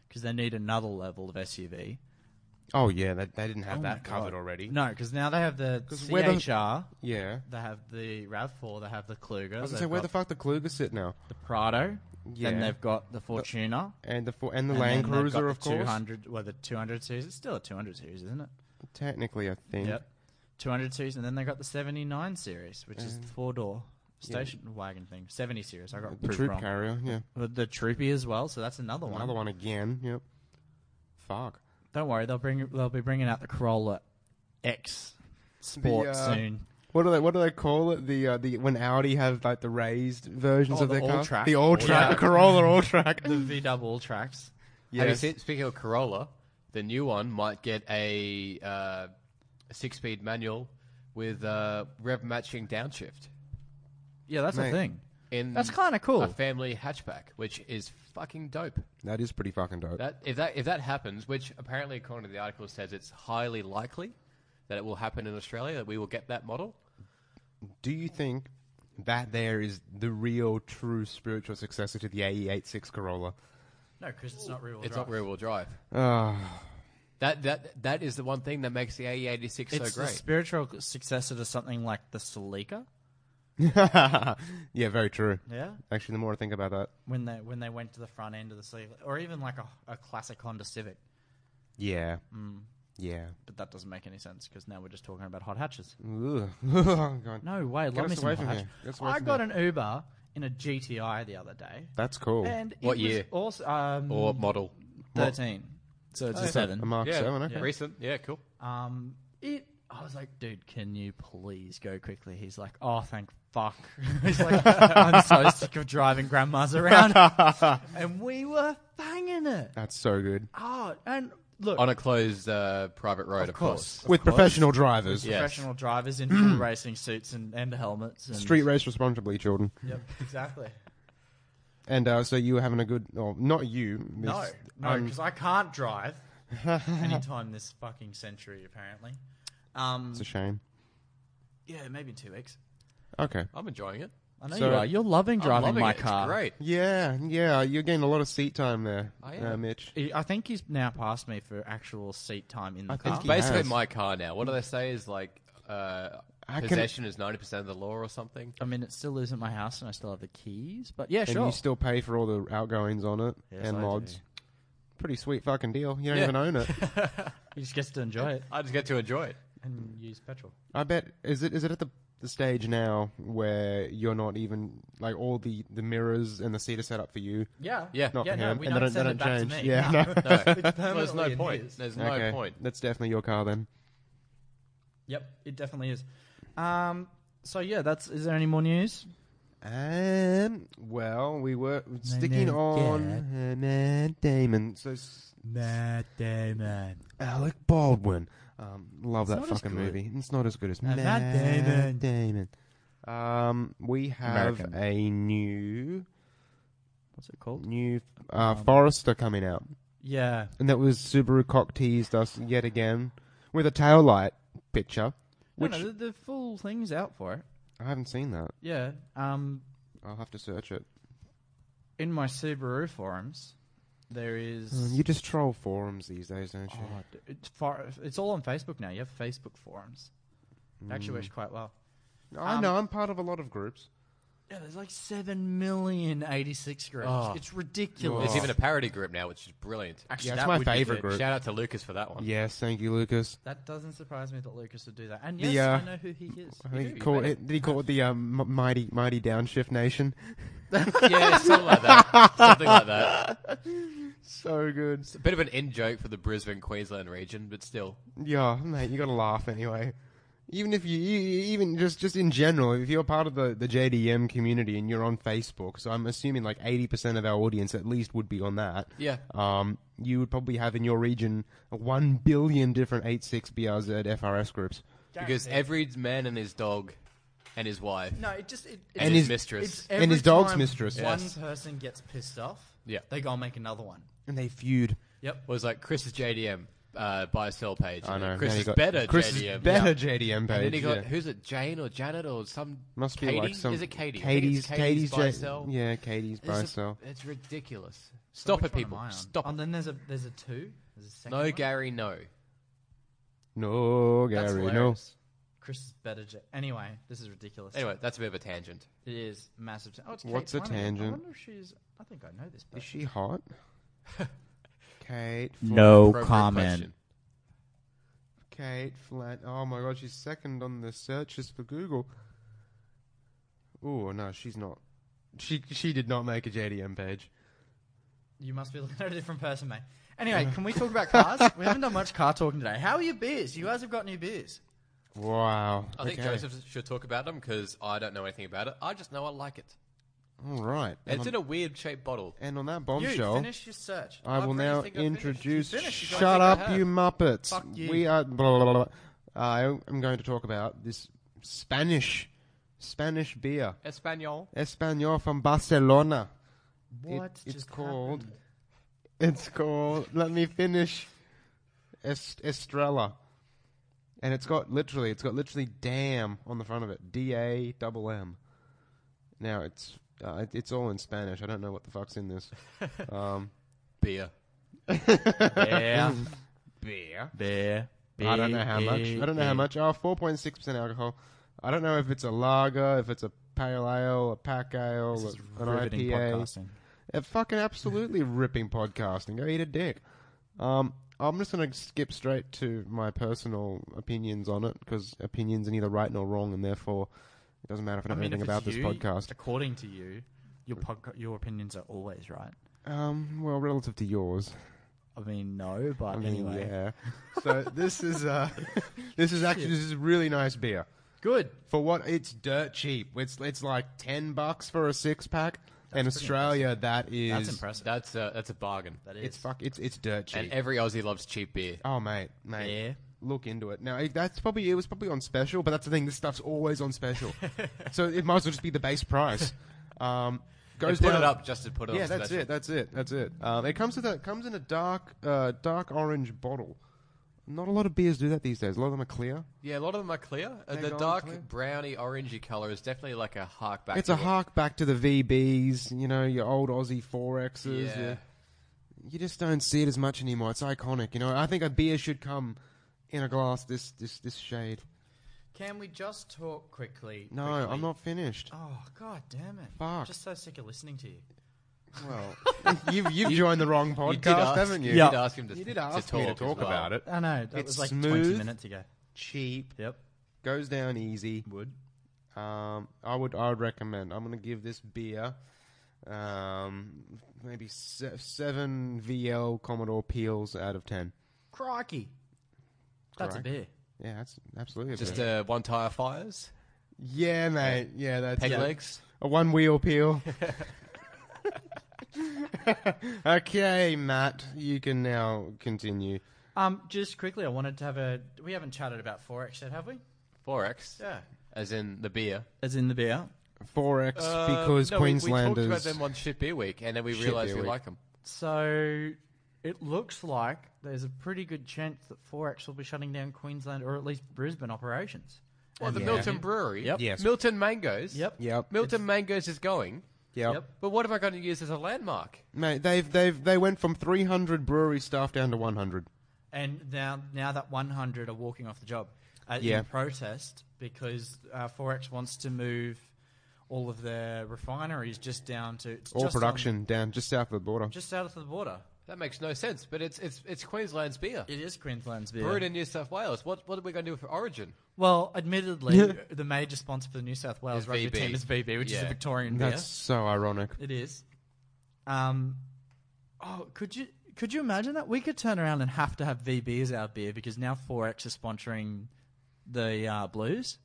Speaker 3: because they need another level of SUV.
Speaker 4: oh yeah, they, they didn't have
Speaker 3: Oh my
Speaker 4: that covered
Speaker 3: God.
Speaker 4: already.
Speaker 3: No, because now they have the
Speaker 4: 'Cause
Speaker 3: CHR,
Speaker 4: where the- Yeah.
Speaker 3: they have the Rav Four, they have the Kluger,
Speaker 4: I was
Speaker 3: they've
Speaker 4: gonna say where the
Speaker 3: got
Speaker 4: fuck the Kluger sit now,
Speaker 3: the Prado,
Speaker 4: Yeah.
Speaker 3: then they've got the Fortuner.
Speaker 4: and the four, and the
Speaker 3: and
Speaker 4: Land
Speaker 3: then they've
Speaker 4: Cruiser,
Speaker 3: got
Speaker 4: of
Speaker 3: the
Speaker 4: course.
Speaker 3: 200, well, the 200 series. It's still a 200 series, isn't it?
Speaker 4: Technically, I think.
Speaker 3: Yep. 200 series, and then they got the 79 series, which is the four door
Speaker 4: Mm. yeah.
Speaker 3: station wagon thing. 70 series. I got
Speaker 4: The
Speaker 3: proof
Speaker 4: troop
Speaker 3: wrong.
Speaker 4: carrier, yeah.
Speaker 3: The, the Troopy as well, so that's another one.
Speaker 4: Another one again. Yep. Fuck.
Speaker 3: Don't worry, they'll bring they'll be bringing out the Corolla X Sport
Speaker 4: The, uh,
Speaker 3: soon.
Speaker 4: What do they What do they call it? The uh, the when Audi have like the raised versions
Speaker 3: Oh,
Speaker 4: of
Speaker 3: the
Speaker 4: their car,
Speaker 3: all-track.
Speaker 4: the all track, the [laughs] Corolla all track.
Speaker 3: The V double tracks.
Speaker 2: Have you seen, speaking of Corolla, the new one might get a uh, six speed manual with uh, rev matching downshift
Speaker 3: Yeah, that's
Speaker 4: Mate.
Speaker 3: a thing.
Speaker 2: in
Speaker 3: That's kinda cool.
Speaker 2: A family hatchback, which is fucking dope.
Speaker 4: That is pretty fucking dope.
Speaker 2: That if that if that happens, which apparently according to the article says it's highly likely that it will happen in Australia that we will get that model.
Speaker 4: do you think that there is the real, true spiritual successor to the AE86 Corolla? [laughs]
Speaker 3: No, because it's not real.
Speaker 2: It's not rear wheel drive.
Speaker 4: Ah,
Speaker 2: That that that is the one thing that makes the AE86
Speaker 3: It's
Speaker 2: so
Speaker 3: the
Speaker 2: great.
Speaker 3: spiritual successor to something like the Celica.
Speaker 4: yeah, very true.
Speaker 3: Yeah,
Speaker 4: Actually, the more I think about that,
Speaker 3: when they when they went to the front end of the Celica, or even like a, a classic Honda Civic.
Speaker 4: yeah,
Speaker 3: Mm.
Speaker 4: yeah.
Speaker 3: But that doesn't make any sense because now we're just talking about hot hatches.
Speaker 4: Ugh. [laughs] God.
Speaker 3: No way,
Speaker 4: Mm. Get
Speaker 3: love me
Speaker 4: us
Speaker 3: some hot
Speaker 4: away from
Speaker 3: hatch.
Speaker 4: here. Get us away
Speaker 3: I
Speaker 4: from
Speaker 3: got an Uber in a GTI the other day,
Speaker 4: That's cool.
Speaker 3: and it
Speaker 2: What
Speaker 3: was
Speaker 2: year?
Speaker 3: Also, um,
Speaker 2: or model.
Speaker 3: thirteen. So it's a seven.
Speaker 4: a Mark
Speaker 2: yeah,
Speaker 4: Seven. eh? Okay.
Speaker 2: recent. Yeah, cool.
Speaker 3: Um, it oh, was like, dude, can you please go quickly? He's like, oh, thank fuck. [laughs] He's like,
Speaker 2: [laughs]
Speaker 3: I'm so sick of driving grandmas around. [laughs] and we were banging it.
Speaker 4: That's so good.
Speaker 3: Oh, and look,
Speaker 2: on a closed uh, private road, of,
Speaker 3: course.
Speaker 4: With professional drivers.
Speaker 2: Yeah. Yes.
Speaker 3: professional
Speaker 2: [clears throat]
Speaker 3: drivers in full racing suits and, and helmets. And,
Speaker 4: Street race responsibly, children.
Speaker 3: Yep,
Speaker 2: [laughs]
Speaker 3: exactly.
Speaker 4: And uh, so you were having a good, or not you. Miss,
Speaker 3: No, no,
Speaker 4: um,
Speaker 3: because I can't
Speaker 2: [laughs]
Speaker 3: drive anytime this fucking century, apparently. Um,
Speaker 4: it's a shame.
Speaker 3: yeah, maybe in two weeks.
Speaker 4: Okay.
Speaker 2: I'm enjoying it.
Speaker 3: I know
Speaker 4: So-
Speaker 3: you are. You're loving
Speaker 2: I'm
Speaker 3: driving
Speaker 2: loving
Speaker 3: my
Speaker 2: it.
Speaker 3: car.
Speaker 2: It's great.
Speaker 4: Yeah, yeah. You're getting a lot of seat time there,
Speaker 2: I
Speaker 4: uh,
Speaker 2: am.
Speaker 4: Mitch.
Speaker 3: He- I think he's now passed me for actual seat time in the
Speaker 4: I
Speaker 3: car.
Speaker 4: think
Speaker 2: It's
Speaker 4: he
Speaker 2: basically
Speaker 4: has.
Speaker 2: my car now. What do they say is like uh,
Speaker 4: I can-
Speaker 2: possession is ninety percent of the law or something?
Speaker 3: I mean, it still isn't my house, and I still have the keys. But yeah,
Speaker 4: And
Speaker 3: sure.
Speaker 4: you still pay for all the outgoings on it
Speaker 3: Yes,
Speaker 4: and
Speaker 3: I
Speaker 4: mods.
Speaker 3: do.
Speaker 4: Pretty sweet fucking deal. You don't
Speaker 2: Yeah.
Speaker 4: even own it.
Speaker 2: [laughs]
Speaker 3: he just gets to enjoy it
Speaker 2: I just get to enjoy it.
Speaker 3: and use petrol.
Speaker 4: I bet is it is it at the the stage now where you're not even like all the the mirrors and the seat are set up for you,
Speaker 3: Yeah,
Speaker 2: Yeah.
Speaker 4: not
Speaker 3: yeah.
Speaker 4: for
Speaker 3: No,
Speaker 4: him,
Speaker 3: we
Speaker 4: and
Speaker 3: don't,
Speaker 4: they don't,
Speaker 3: send
Speaker 4: they
Speaker 3: it back
Speaker 4: don't change.
Speaker 3: to me.
Speaker 4: Yeah, [laughs] no.
Speaker 2: No, there's no
Speaker 3: permanently in
Speaker 2: point.
Speaker 3: his.
Speaker 2: There's
Speaker 4: Okay.
Speaker 2: no point.
Speaker 4: That's definitely your car then.
Speaker 3: Yep, it definitely is. Um, so yeah, that's. Is there any more news?
Speaker 4: Um, well, we were sticking
Speaker 3: name-
Speaker 4: on uh, Matt Damon. So s-
Speaker 3: Matt Damon.
Speaker 4: Alec Baldwin. Um, love that
Speaker 3: not as
Speaker 4: fucking
Speaker 3: good.
Speaker 4: movie. It's not as good as
Speaker 3: Uh,
Speaker 4: Matt,
Speaker 3: Matt Damon.
Speaker 4: Damon. Um, we have
Speaker 3: American.
Speaker 4: a new
Speaker 3: What's it called?
Speaker 4: new uh,
Speaker 3: Um,
Speaker 4: Forester coming out,
Speaker 3: Yeah,
Speaker 4: and that was Subaru cock teased us yet again with a tail light
Speaker 3: no,
Speaker 4: picture, which
Speaker 3: no, the, the full thing's out for it.
Speaker 4: I haven't seen that.
Speaker 3: Yeah. Um,
Speaker 4: I'll have to search it.
Speaker 3: in my Subaru forums, there is.
Speaker 4: You just troll forums these days, don't you?
Speaker 3: Oh, d- it's far. It's all on Facebook now. You have Facebook forums. It
Speaker 4: Hmm.
Speaker 3: Actually, works quite well.
Speaker 4: I
Speaker 3: um,
Speaker 4: know. I'm part of a lot of groups.
Speaker 3: Yeah, there's like seven million eighty-six groups.
Speaker 2: Oh.
Speaker 3: It's ridiculous.
Speaker 2: There's even a parody group now, which is brilliant.
Speaker 3: Actually,
Speaker 4: Yeah, it's
Speaker 3: that
Speaker 4: my
Speaker 3: would be
Speaker 4: favorite
Speaker 3: good.
Speaker 4: group.
Speaker 2: Shout out to Lucas for that
Speaker 4: [laughs]
Speaker 2: one.
Speaker 4: Yes, thank you, Lucas.
Speaker 3: That doesn't surprise me that Lucas would do that. And
Speaker 4: The,
Speaker 3: yes,
Speaker 4: uh,
Speaker 3: I know who he is.
Speaker 4: I think
Speaker 2: do,
Speaker 4: he
Speaker 2: you
Speaker 4: called
Speaker 2: made
Speaker 4: it, did he call it the um, m- mighty mighty downshift nation? [laughs]
Speaker 2: Yeah, something like that. Something like that.
Speaker 4: So good.
Speaker 2: It's a bit of an in joke for the Brisbane Queensland region, but still.
Speaker 4: Yeah, mate, you got to laugh anyway. Even if you, you, you- even just just in general, if you're part of the the JDM community and you're on Facebook, so I'm assuming like 80% of our audience at least would be on that.
Speaker 2: Yeah.
Speaker 4: Um, you would probably have in your region 1 billion different 86BRZ FRS groups.
Speaker 2: Because every man and his dog and his wife.
Speaker 3: no, it just it, it
Speaker 2: And
Speaker 3: just-
Speaker 2: his mistress.
Speaker 3: it's
Speaker 4: And
Speaker 3: every
Speaker 4: his dog's
Speaker 3: time
Speaker 4: mistress.
Speaker 3: One
Speaker 2: Yes.
Speaker 3: person gets pissed off.
Speaker 2: Yeah.
Speaker 3: they go and make another one.
Speaker 4: And they feud.
Speaker 3: Yep.
Speaker 2: was like Chris's JDM uh, buy sell page.
Speaker 4: I know.
Speaker 2: Chris
Speaker 4: now you
Speaker 2: is
Speaker 4: got-
Speaker 2: better
Speaker 4: Chris
Speaker 2: JDM.
Speaker 4: is better JDM page.
Speaker 2: And then he got
Speaker 4: yeah.
Speaker 2: who's it? Jane or Janet or some?
Speaker 4: Must be
Speaker 2: Katie?
Speaker 4: like some
Speaker 2: Is it Katie? I think
Speaker 4: Katie's
Speaker 2: it's Katie's, buy
Speaker 4: J-
Speaker 2: sell.
Speaker 4: Yeah, Katie's
Speaker 2: It's a-
Speaker 4: buy sell.
Speaker 2: It's ridiculous. Stop
Speaker 3: Which
Speaker 2: it,
Speaker 3: one
Speaker 2: people.
Speaker 3: am I on?
Speaker 2: Stop.
Speaker 3: Oh,
Speaker 2: it.
Speaker 3: then there's a there's a two. There's a second
Speaker 2: No,
Speaker 3: one.
Speaker 2: Gary. No.
Speaker 4: No,
Speaker 3: That's
Speaker 4: Gary, no.
Speaker 3: hilarious. Chris is better. J- anyway, this is ridiculous.
Speaker 2: Anyway, that's a bit of a tangent.
Speaker 3: It is massive. Oh, it's
Speaker 4: What's
Speaker 3: Kate
Speaker 4: a
Speaker 3: Flanagan. I
Speaker 4: tangent?
Speaker 3: wonder if she's. I think I know this.
Speaker 4: Is
Speaker 3: Person.
Speaker 2: [laughs]
Speaker 4: she hot? Kate. Flan-
Speaker 3: No
Speaker 2: Appropriate
Speaker 3: comment.
Speaker 2: question.
Speaker 4: Kate Flan. Oh my god, she's second on the searches for Google. Oh no, she's not. She she did not make a JDM page.
Speaker 3: You must be looking at a different person, mate. Anyway, can we talk about cars? we haven't done much car talking today. How are your beers? You guys have got new beers.
Speaker 4: Wow.
Speaker 2: I think
Speaker 4: Okay.
Speaker 2: Joseph should talk about them because I don't know anything about it. I just know I like it.
Speaker 4: All right. And
Speaker 2: It's
Speaker 4: on,
Speaker 2: in a weird shaped bottle.
Speaker 4: and on that
Speaker 3: You
Speaker 4: bombshell,
Speaker 3: finish your search.
Speaker 4: I
Speaker 2: I've
Speaker 4: will
Speaker 2: finished,
Speaker 4: now
Speaker 2: think I've finished. You
Speaker 4: introduce.
Speaker 2: finished, you guys
Speaker 4: shut
Speaker 2: think I
Speaker 4: up,
Speaker 2: have.
Speaker 4: you muppets!
Speaker 3: Fuck you.
Speaker 4: We are. Blah, blah, blah, blah. I am going to talk about this Spanish, Spanish beer,
Speaker 2: Espanol.
Speaker 4: Español from Barcelona. It-
Speaker 3: What
Speaker 4: it's
Speaker 3: just
Speaker 4: called?
Speaker 3: happened?
Speaker 4: It's called. Let me finish. Est- Estrella, and it's got literally. It's got literally "damn" on the front of it. D A double M. Now it's uh, it- it's all in Spanish. I don't know what the fuck's in this. Um,
Speaker 2: Beer.
Speaker 3: Beer,
Speaker 4: beer.
Speaker 3: beer,
Speaker 4: I don't know how much. I don't know how much. Oh, 4.6% alcohol. I don't know if it's a lager, if it's a pale ale, a pack ale,
Speaker 3: This is
Speaker 4: a- an
Speaker 3: riveting
Speaker 4: IPA.
Speaker 3: podcasting.
Speaker 4: A fucking absolutely ripping podcasting. Go eat a dick. Um, I'm just going to skip straight to my personal opinions on it because opinions are neither right nor wrong, and therefore it doesn't matter if
Speaker 3: I
Speaker 4: I know
Speaker 3: mean,
Speaker 4: anything
Speaker 3: if
Speaker 4: about
Speaker 3: it's
Speaker 4: this
Speaker 3: you,
Speaker 4: podcast.
Speaker 3: According to you, your podca- your opinions are always right.
Speaker 4: Um, well, relative to yours.
Speaker 3: I mean, no, but
Speaker 4: I mean,
Speaker 3: anyway. [laughs]
Speaker 4: yeah. So this is uh, [laughs] this is actually this is really nice beer
Speaker 3: Good.
Speaker 4: for what it's dirt cheap. It's it's like ten bucks for a six pack. In Australia, that is
Speaker 3: That's impressive.
Speaker 2: That's a, that's a bargain.
Speaker 3: That is.
Speaker 4: It's fuck. It's it's dirt cheap.
Speaker 2: And every Aussie loves cheap beer.
Speaker 4: oh mate, mate.
Speaker 3: Yeah.
Speaker 4: Look into it now. It, that's probably it was probably on special, but that's the thing. This stuff's always on
Speaker 2: [laughs]
Speaker 4: special, so it might as well just be the base price. Um,
Speaker 2: They
Speaker 4: goes
Speaker 2: put
Speaker 4: down,
Speaker 2: it up just to put it
Speaker 4: Yeah,
Speaker 2: on
Speaker 4: that's
Speaker 2: special.
Speaker 4: it. That's it. That's it. Um, it comes with a comes in a dark uh, dark orange bottle. Not a lot of beers do that these days. A lot of them are clear.
Speaker 2: Yeah, a lot of them are clear. Uh,
Speaker 4: They're
Speaker 2: the
Speaker 4: gone
Speaker 2: dark
Speaker 4: clear.
Speaker 2: browny orangey color is definitely like a hark back.
Speaker 4: It's a
Speaker 2: to what-
Speaker 4: hark back to the VBs, you know, your old Aussie 4Xs.
Speaker 2: Yeah.
Speaker 4: your- you just don't see it as much anymore. It's iconic, you know. I think a beer should come in a glass this this this shade.
Speaker 3: Can we just talk quickly?
Speaker 4: No,
Speaker 3: quickly?
Speaker 4: I'm
Speaker 2: [laughs]
Speaker 4: not finished.
Speaker 3: Oh god damn it!
Speaker 4: Fuck.
Speaker 3: Just so sick of listening to you.
Speaker 4: Well, [laughs] you've you've joined the
Speaker 2: [laughs]
Speaker 4: wrong
Speaker 2: You did
Speaker 4: podcast,
Speaker 2: ask-
Speaker 4: haven't you?
Speaker 2: You
Speaker 3: Yeah.
Speaker 2: did ask him to,
Speaker 4: You did
Speaker 2: to
Speaker 4: ask
Speaker 2: talk
Speaker 4: me to
Speaker 2: as
Speaker 4: talk
Speaker 2: well.
Speaker 4: about it.
Speaker 3: I know that
Speaker 4: It's
Speaker 3: was like
Speaker 4: smooth.
Speaker 3: twenty minutes ago.
Speaker 4: Cheap
Speaker 3: Yep.
Speaker 4: goes down easy.
Speaker 3: Wood.
Speaker 4: Um, I would I would recommend. I'm going to give this beer um maybe se- 7 VL Commodore peels out of 10.
Speaker 3: Crikey. That's
Speaker 4: Crikey.
Speaker 3: a beer.
Speaker 4: Yeah, that's absolutely a
Speaker 2: Just
Speaker 4: beer.
Speaker 2: uh, one tire fires,
Speaker 4: Yeah, mate. Yeah, that's
Speaker 2: peg
Speaker 4: it.
Speaker 2: legs.
Speaker 4: A one
Speaker 2: [laughs]
Speaker 4: wheel peel. [laughs] okay, Matt, you can now continue.
Speaker 3: Um, just quickly, I wanted to have a. We haven't chatted about forex yet, have we?
Speaker 2: Forex,
Speaker 3: Yeah.
Speaker 2: as in the beer.
Speaker 3: As in the beer.
Speaker 4: 4X because
Speaker 2: Uh, no, we-
Speaker 4: Queenslanders.
Speaker 2: We, talked about them on Shit Beer Week, and then we
Speaker 4: Shit
Speaker 2: realised
Speaker 4: Beer
Speaker 2: we
Speaker 4: Week.
Speaker 2: like them.
Speaker 3: So it looks like there's a pretty good chance that forex will be shutting down Queensland or at least Brisbane operations.
Speaker 2: Well, the
Speaker 3: And-
Speaker 2: Milton Brewery.
Speaker 3: Yep.
Speaker 4: Yes.
Speaker 2: Milton Mangoes.
Speaker 3: Yep.
Speaker 4: Yep.
Speaker 2: Milton Mangoes is going.
Speaker 4: Yep.
Speaker 3: Yep.
Speaker 2: But what have I got to use as a landmark?
Speaker 4: Mate, they've they've they went from 300 brewery staff down to 100.
Speaker 3: And now, now that 100 are walking off the job uh,
Speaker 4: Yeah.
Speaker 3: in protest because uh, Forex wants to move all of their refineries just down to it's
Speaker 4: All
Speaker 3: just on-
Speaker 4: production down just south of the border.
Speaker 3: just out of the border.
Speaker 2: That makes no sense. But it's it's it's Queensland's beer.
Speaker 3: It is Queensland's beer.
Speaker 2: Brewed in New South Wales. What what are we going to do for Origin?
Speaker 3: well, admittedly, the major sponsor for the New South Wales
Speaker 2: Is
Speaker 3: rugby
Speaker 2: VB.
Speaker 3: team is VB, which is
Speaker 2: Yeah.
Speaker 3: a Victorian
Speaker 4: That's so ironic.
Speaker 3: beer. It is. Um, oh, could you could you imagine that we could turn around and have to have VB as our beer because now Forex is sponsoring the uh, Blues.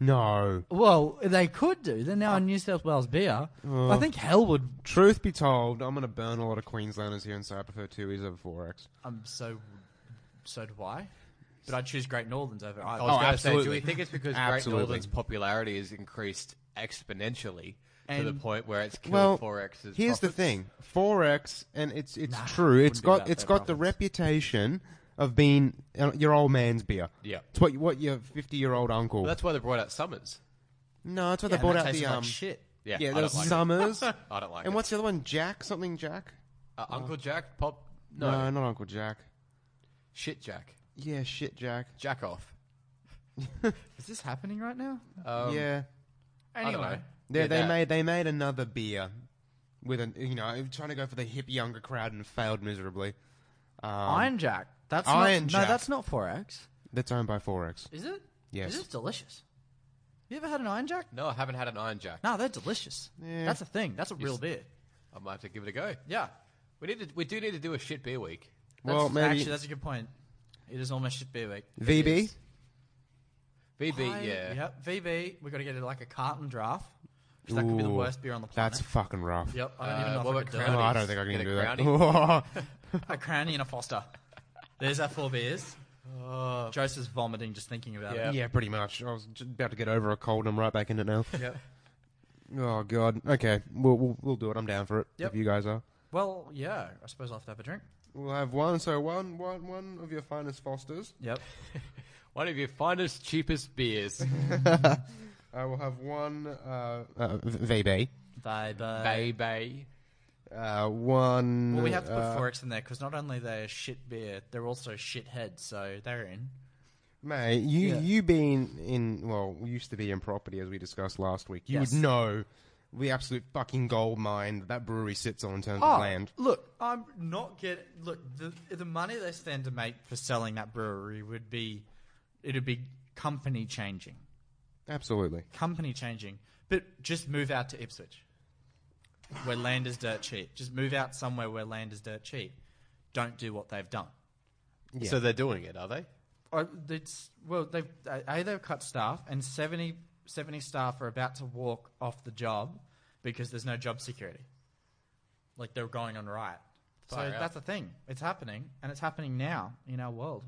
Speaker 4: No.
Speaker 3: Well, they could do. They're
Speaker 4: Oh.
Speaker 3: now in New South Wales beer. I think hell would.
Speaker 4: Truth be told, I'm going to burn a lot of Queenslanders here and say I prefer 2E's over 4X.
Speaker 3: I'm Um, so. So do I. But I'd choose Great Northerns over. I,
Speaker 2: I was
Speaker 4: Oh,
Speaker 2: going to say, do
Speaker 4: absolutely.
Speaker 2: we think it's
Speaker 4: [laughs]
Speaker 2: because
Speaker 4: Absolutely.
Speaker 2: Great Northern's popularity has increased exponentially to the
Speaker 3: And-
Speaker 2: point where it's killed
Speaker 4: Well,
Speaker 2: Forex's?
Speaker 4: here's the
Speaker 2: profits?
Speaker 4: thing: Forex, and it's it's
Speaker 3: Nah,
Speaker 4: true. It's
Speaker 3: wouldn't be
Speaker 4: got
Speaker 3: about
Speaker 4: it's
Speaker 3: their
Speaker 4: got the
Speaker 3: profits.
Speaker 4: reputation of being uh, your old man's beer.
Speaker 2: Yeah.
Speaker 4: it's what what your fifty year old uncle.
Speaker 2: Well, that's why they brought out Summers.
Speaker 4: no, that's what
Speaker 3: Yeah,
Speaker 4: they
Speaker 3: and
Speaker 4: brought
Speaker 3: that
Speaker 4: out
Speaker 3: tastes
Speaker 4: the
Speaker 3: like
Speaker 4: um.
Speaker 3: shit.
Speaker 2: Yeah,
Speaker 4: yeah,
Speaker 2: I
Speaker 4: there's
Speaker 2: don't like it. [laughs]
Speaker 4: summers.
Speaker 2: I don't like
Speaker 4: and
Speaker 2: it.
Speaker 4: what's the other one? Jack something Jack.
Speaker 2: Uh, Uncle Jack? Pop? No.
Speaker 4: No. not Uncle Jack.
Speaker 2: Shit Jack.
Speaker 4: Yeah, shit Jack.
Speaker 2: Jack off.
Speaker 3: Is this happening right now?
Speaker 2: Um,
Speaker 4: yeah,
Speaker 2: I don't
Speaker 3: Anyway,
Speaker 2: know.
Speaker 4: they,
Speaker 2: Yeah,
Speaker 4: they
Speaker 2: that.
Speaker 4: made they made another beer with an you know trying to go for the hip younger crowd and failed miserably. Um,
Speaker 3: Iron Jack. That's
Speaker 4: Iron
Speaker 3: not,
Speaker 4: Jack.
Speaker 3: No, that's not Forex.
Speaker 4: that's owned by Forex.
Speaker 3: Is it?
Speaker 4: Yes.
Speaker 3: Is it delicious? You ever had an Iron Jack?
Speaker 2: No, I haven't had an Iron Jack.
Speaker 3: No, they're delicious.
Speaker 4: Yeah.
Speaker 3: That's a thing. That's a real beer.
Speaker 2: I might have to give it a go.
Speaker 3: Yeah.
Speaker 2: We need to, we do need to do a shit beer week.
Speaker 3: That's,
Speaker 4: well, maybe
Speaker 3: actually, that's a good point. It is almost shit beer week.
Speaker 4: VB.
Speaker 2: VB,
Speaker 3: I-
Speaker 2: yeah.
Speaker 3: Yep. VB. We've got to get it like a carton draft. 'cause that could be the
Speaker 4: Ooh,
Speaker 3: worst beer on the planet.
Speaker 4: That's fucking rough.
Speaker 3: Yep. I don't
Speaker 2: Uh,
Speaker 3: even know if
Speaker 2: what
Speaker 3: I
Speaker 2: about
Speaker 3: could do
Speaker 2: Crown?
Speaker 3: it.
Speaker 4: No, Oh, I don't think I can
Speaker 2: Get a
Speaker 4: do that. [laughs]
Speaker 3: A Cranny and a Foster. There's our four beers. Joseph's vomiting just thinking about
Speaker 2: Yeah.
Speaker 3: it.
Speaker 4: yeah, pretty much. I was just about to get over a cold. and I'm right back in
Speaker 3: [laughs]
Speaker 4: it now.
Speaker 3: Yep.
Speaker 4: Oh god. Okay, we'll we'll, we'll do it. I'm down for it.
Speaker 3: Yep.
Speaker 4: If you guys are,
Speaker 3: Well, yeah. I suppose I'll have to have a drink.
Speaker 4: we'll have one. So one one one of your finest Fosters.
Speaker 3: Yep.
Speaker 2: One of your finest, cheapest
Speaker 4: [laughs]
Speaker 2: beers.
Speaker 4: I will have one uh, uh v- VB.
Speaker 3: Bye bye.
Speaker 2: Baby.
Speaker 4: Uh, one.
Speaker 3: Well, we have to put
Speaker 4: uh,
Speaker 3: Forex in there because not only they're shit beer, they're also shit head, so they're in.
Speaker 4: Mate, you
Speaker 3: Yeah.
Speaker 4: you been in well, we used to be in property as we discussed last week. You
Speaker 3: Yes.
Speaker 4: would know the absolute fucking gold mine that, that brewery sits on in terms
Speaker 3: Oh.
Speaker 4: of land.
Speaker 3: look, I'm not getting. Look, the the money they stand to make for selling that brewery would be, it'd be company changing,
Speaker 4: Absolutely.
Speaker 3: company changing. But just move out to Ipswich, where land is dirt cheap. Just move out somewhere where land is dirt cheap. don't do what they've done.
Speaker 4: Yeah.
Speaker 2: So they're doing it, are they?
Speaker 3: Or it's, well, they've uh, a they've cut staff, and 70, 70 staff are about to walk off the job because there's no job security. Like they're going on riot. So
Speaker 2: Far out.
Speaker 3: that's the thing. It's happening, and it's happening now in our world.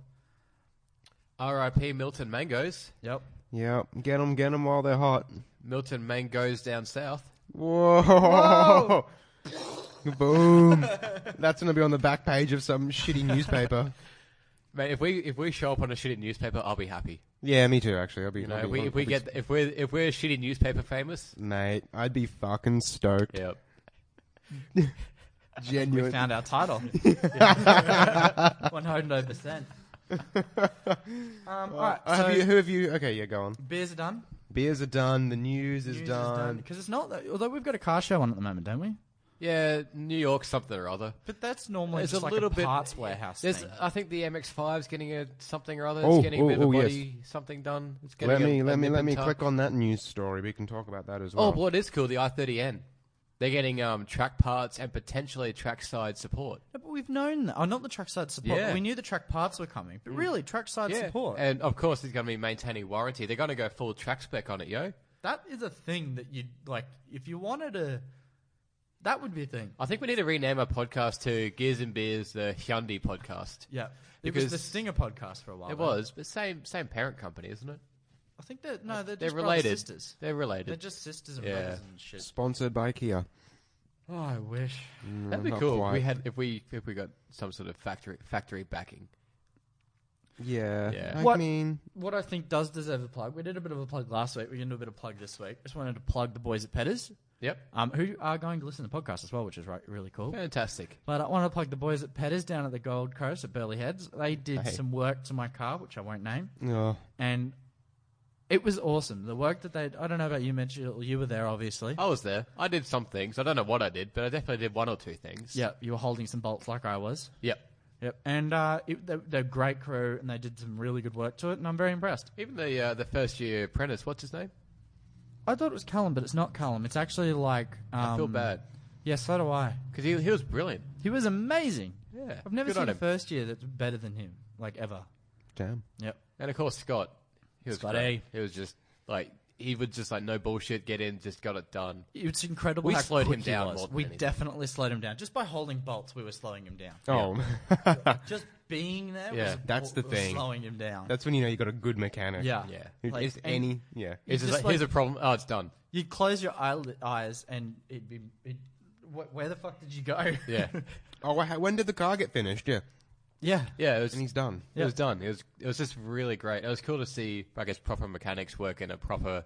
Speaker 2: R.I.P. Milton Mangoes.
Speaker 3: Yep.
Speaker 4: Yeah, get them, get them while they're hot.
Speaker 2: Milton Mangoes down south.
Speaker 4: Whoa! [laughs]
Speaker 2: [laughs]
Speaker 4: Boom! That's gonna be on the back page of some shitty
Speaker 2: [laughs]
Speaker 4: newspaper.
Speaker 2: Mate, if we if we show up on a shitty newspaper, I'll be happy.
Speaker 4: yeah, me too. Actually, I'll be.
Speaker 2: You know,
Speaker 4: I'll
Speaker 2: if
Speaker 4: be-
Speaker 2: we
Speaker 4: I'll
Speaker 2: if we
Speaker 4: be-
Speaker 2: get if we're if we're shitty newspaper famous.
Speaker 4: [laughs] mate, I'd be fucking stoked.
Speaker 2: Yep.
Speaker 3: We
Speaker 4: Genuine.
Speaker 3: found our title. [laughs] One hundred percent. Um, all right.
Speaker 4: Uh,
Speaker 3: so
Speaker 4: have you? Who have you? Okay, yeah, go on.
Speaker 3: beers are done.
Speaker 4: Beers are done. The news, is, done.
Speaker 3: Because it's not. That, although we've got a car show on at the moment, don't we?
Speaker 2: Yeah, New York something or other.
Speaker 3: But that's normally
Speaker 2: There's
Speaker 3: just
Speaker 2: a
Speaker 3: like
Speaker 2: little
Speaker 3: a
Speaker 2: bit
Speaker 3: parts warehouse
Speaker 2: There's,
Speaker 3: thing.
Speaker 2: I think the MX5's getting a something or other. It's
Speaker 4: Oh,
Speaker 2: getting a
Speaker 4: oh,
Speaker 2: bit of
Speaker 4: oh,
Speaker 2: a
Speaker 4: yes.
Speaker 2: body something done. It's
Speaker 4: Let
Speaker 2: getting a-
Speaker 4: me
Speaker 2: a
Speaker 4: let me
Speaker 2: nip
Speaker 4: let
Speaker 2: and
Speaker 4: me
Speaker 2: tuck.
Speaker 4: click on that news story. We can talk about that as well.
Speaker 2: Oh, what is cool? The i30N. They're getting um, track parts and potentially track side support.
Speaker 3: No, but we've known that. Oh, not the trackside support.
Speaker 2: Yeah.
Speaker 3: We knew the track parts were coming. But really, trackside support.
Speaker 2: And of course, he's going to be maintaining warranty. They're going to go full track spec on it, yo.
Speaker 3: that is a thing that you'd like. If you wanted to. That would be a thing.
Speaker 2: I think we need to rename our podcast to Gears and Beers, the Hyundai podcast.
Speaker 3: Yeah. It was
Speaker 2: Because-
Speaker 3: the Stinger podcast for a while.
Speaker 2: It
Speaker 3: though.
Speaker 2: was, but same same parent company, isn't it?
Speaker 3: I think they're. No, they're,
Speaker 2: They're
Speaker 3: just brothers
Speaker 2: related.
Speaker 3: and sisters.
Speaker 2: They're related.
Speaker 3: They're just sisters and
Speaker 2: Yeah.
Speaker 3: brothers and shit.
Speaker 4: Sponsored by Kia.
Speaker 3: Oh, I wish.
Speaker 2: That'd be
Speaker 4: not
Speaker 2: cool. If
Speaker 4: quite.
Speaker 2: we had if we if we got some sort of factory factory backing.
Speaker 4: Yeah.
Speaker 2: Yeah.
Speaker 4: I
Speaker 3: What-
Speaker 4: mean,
Speaker 3: What I think does deserve a plug. We did a bit of a plug last week. We're gonna do a bit of plug this week. Just wanted to plug the boys at Petters,
Speaker 2: Yep.
Speaker 3: um, who are going to listen to the podcast as well, which is right, really cool.
Speaker 2: Fantastic.
Speaker 3: But I want to plug the boys at Petters down at the Gold Coast at Burley Heads. They did
Speaker 4: Hey.
Speaker 3: some work to my car, which I won't name,
Speaker 4: oh,
Speaker 3: and it was awesome. The work that they. I don't know about you, Mitch. You were there, obviously.
Speaker 2: I was there. I did some things. I don't know what I did, but I definitely did one or two things.
Speaker 3: Yeah, you were holding some bolts like I was.
Speaker 2: Yep.
Speaker 3: Yep. And uh, it, they're, they're a great crew, and they did some really good work to it, and I'm very impressed.
Speaker 2: Even the uh, the first year apprentice, what's his name?
Speaker 3: I thought it was Callum, but it's not Callum. It's actually like. Um,
Speaker 2: I feel bad
Speaker 3: Yeah, so do I.
Speaker 2: because he he was brilliant.
Speaker 3: He was amazing.
Speaker 2: Yeah,
Speaker 3: I've never
Speaker 2: good on
Speaker 3: seen a
Speaker 2: him.
Speaker 3: first year that's better than him, like ever.
Speaker 4: damn.
Speaker 3: Yep.
Speaker 2: And of course Scott, he was
Speaker 3: Scott
Speaker 2: great. He was just like he would just like no bullshit, get in, just got it done.
Speaker 3: It's incredible.
Speaker 2: We
Speaker 3: how
Speaker 2: slowed
Speaker 3: quick
Speaker 2: him
Speaker 3: he
Speaker 2: down
Speaker 3: was.
Speaker 2: more than
Speaker 3: we
Speaker 2: anything.
Speaker 3: definitely slowed him down. Just by holding bolts, we were slowing him down.
Speaker 4: Oh, [laughs]
Speaker 3: Just being there
Speaker 2: Yeah,
Speaker 3: was
Speaker 4: that's the
Speaker 3: was
Speaker 4: thing.
Speaker 3: Slowing him down.
Speaker 4: that's when you know you got a good mechanic.
Speaker 3: yeah.
Speaker 2: Yeah.
Speaker 4: Who
Speaker 3: Like,
Speaker 4: is
Speaker 3: and
Speaker 4: any? Yeah.
Speaker 2: He's
Speaker 3: just
Speaker 2: just like,
Speaker 3: like-
Speaker 2: here's a problem. Oh, it's done.
Speaker 3: You'd close your eyel- eyes and it'd be. It'd, wh- where the fuck did you go?
Speaker 2: Yeah,
Speaker 4: Oh, wha- when did the car get finished? Yeah,
Speaker 3: [laughs] yeah.
Speaker 2: yeah. It was,
Speaker 4: and he's done.
Speaker 2: It was done. It was it was just really great. It was cool to see, I guess, proper mechanics work in a proper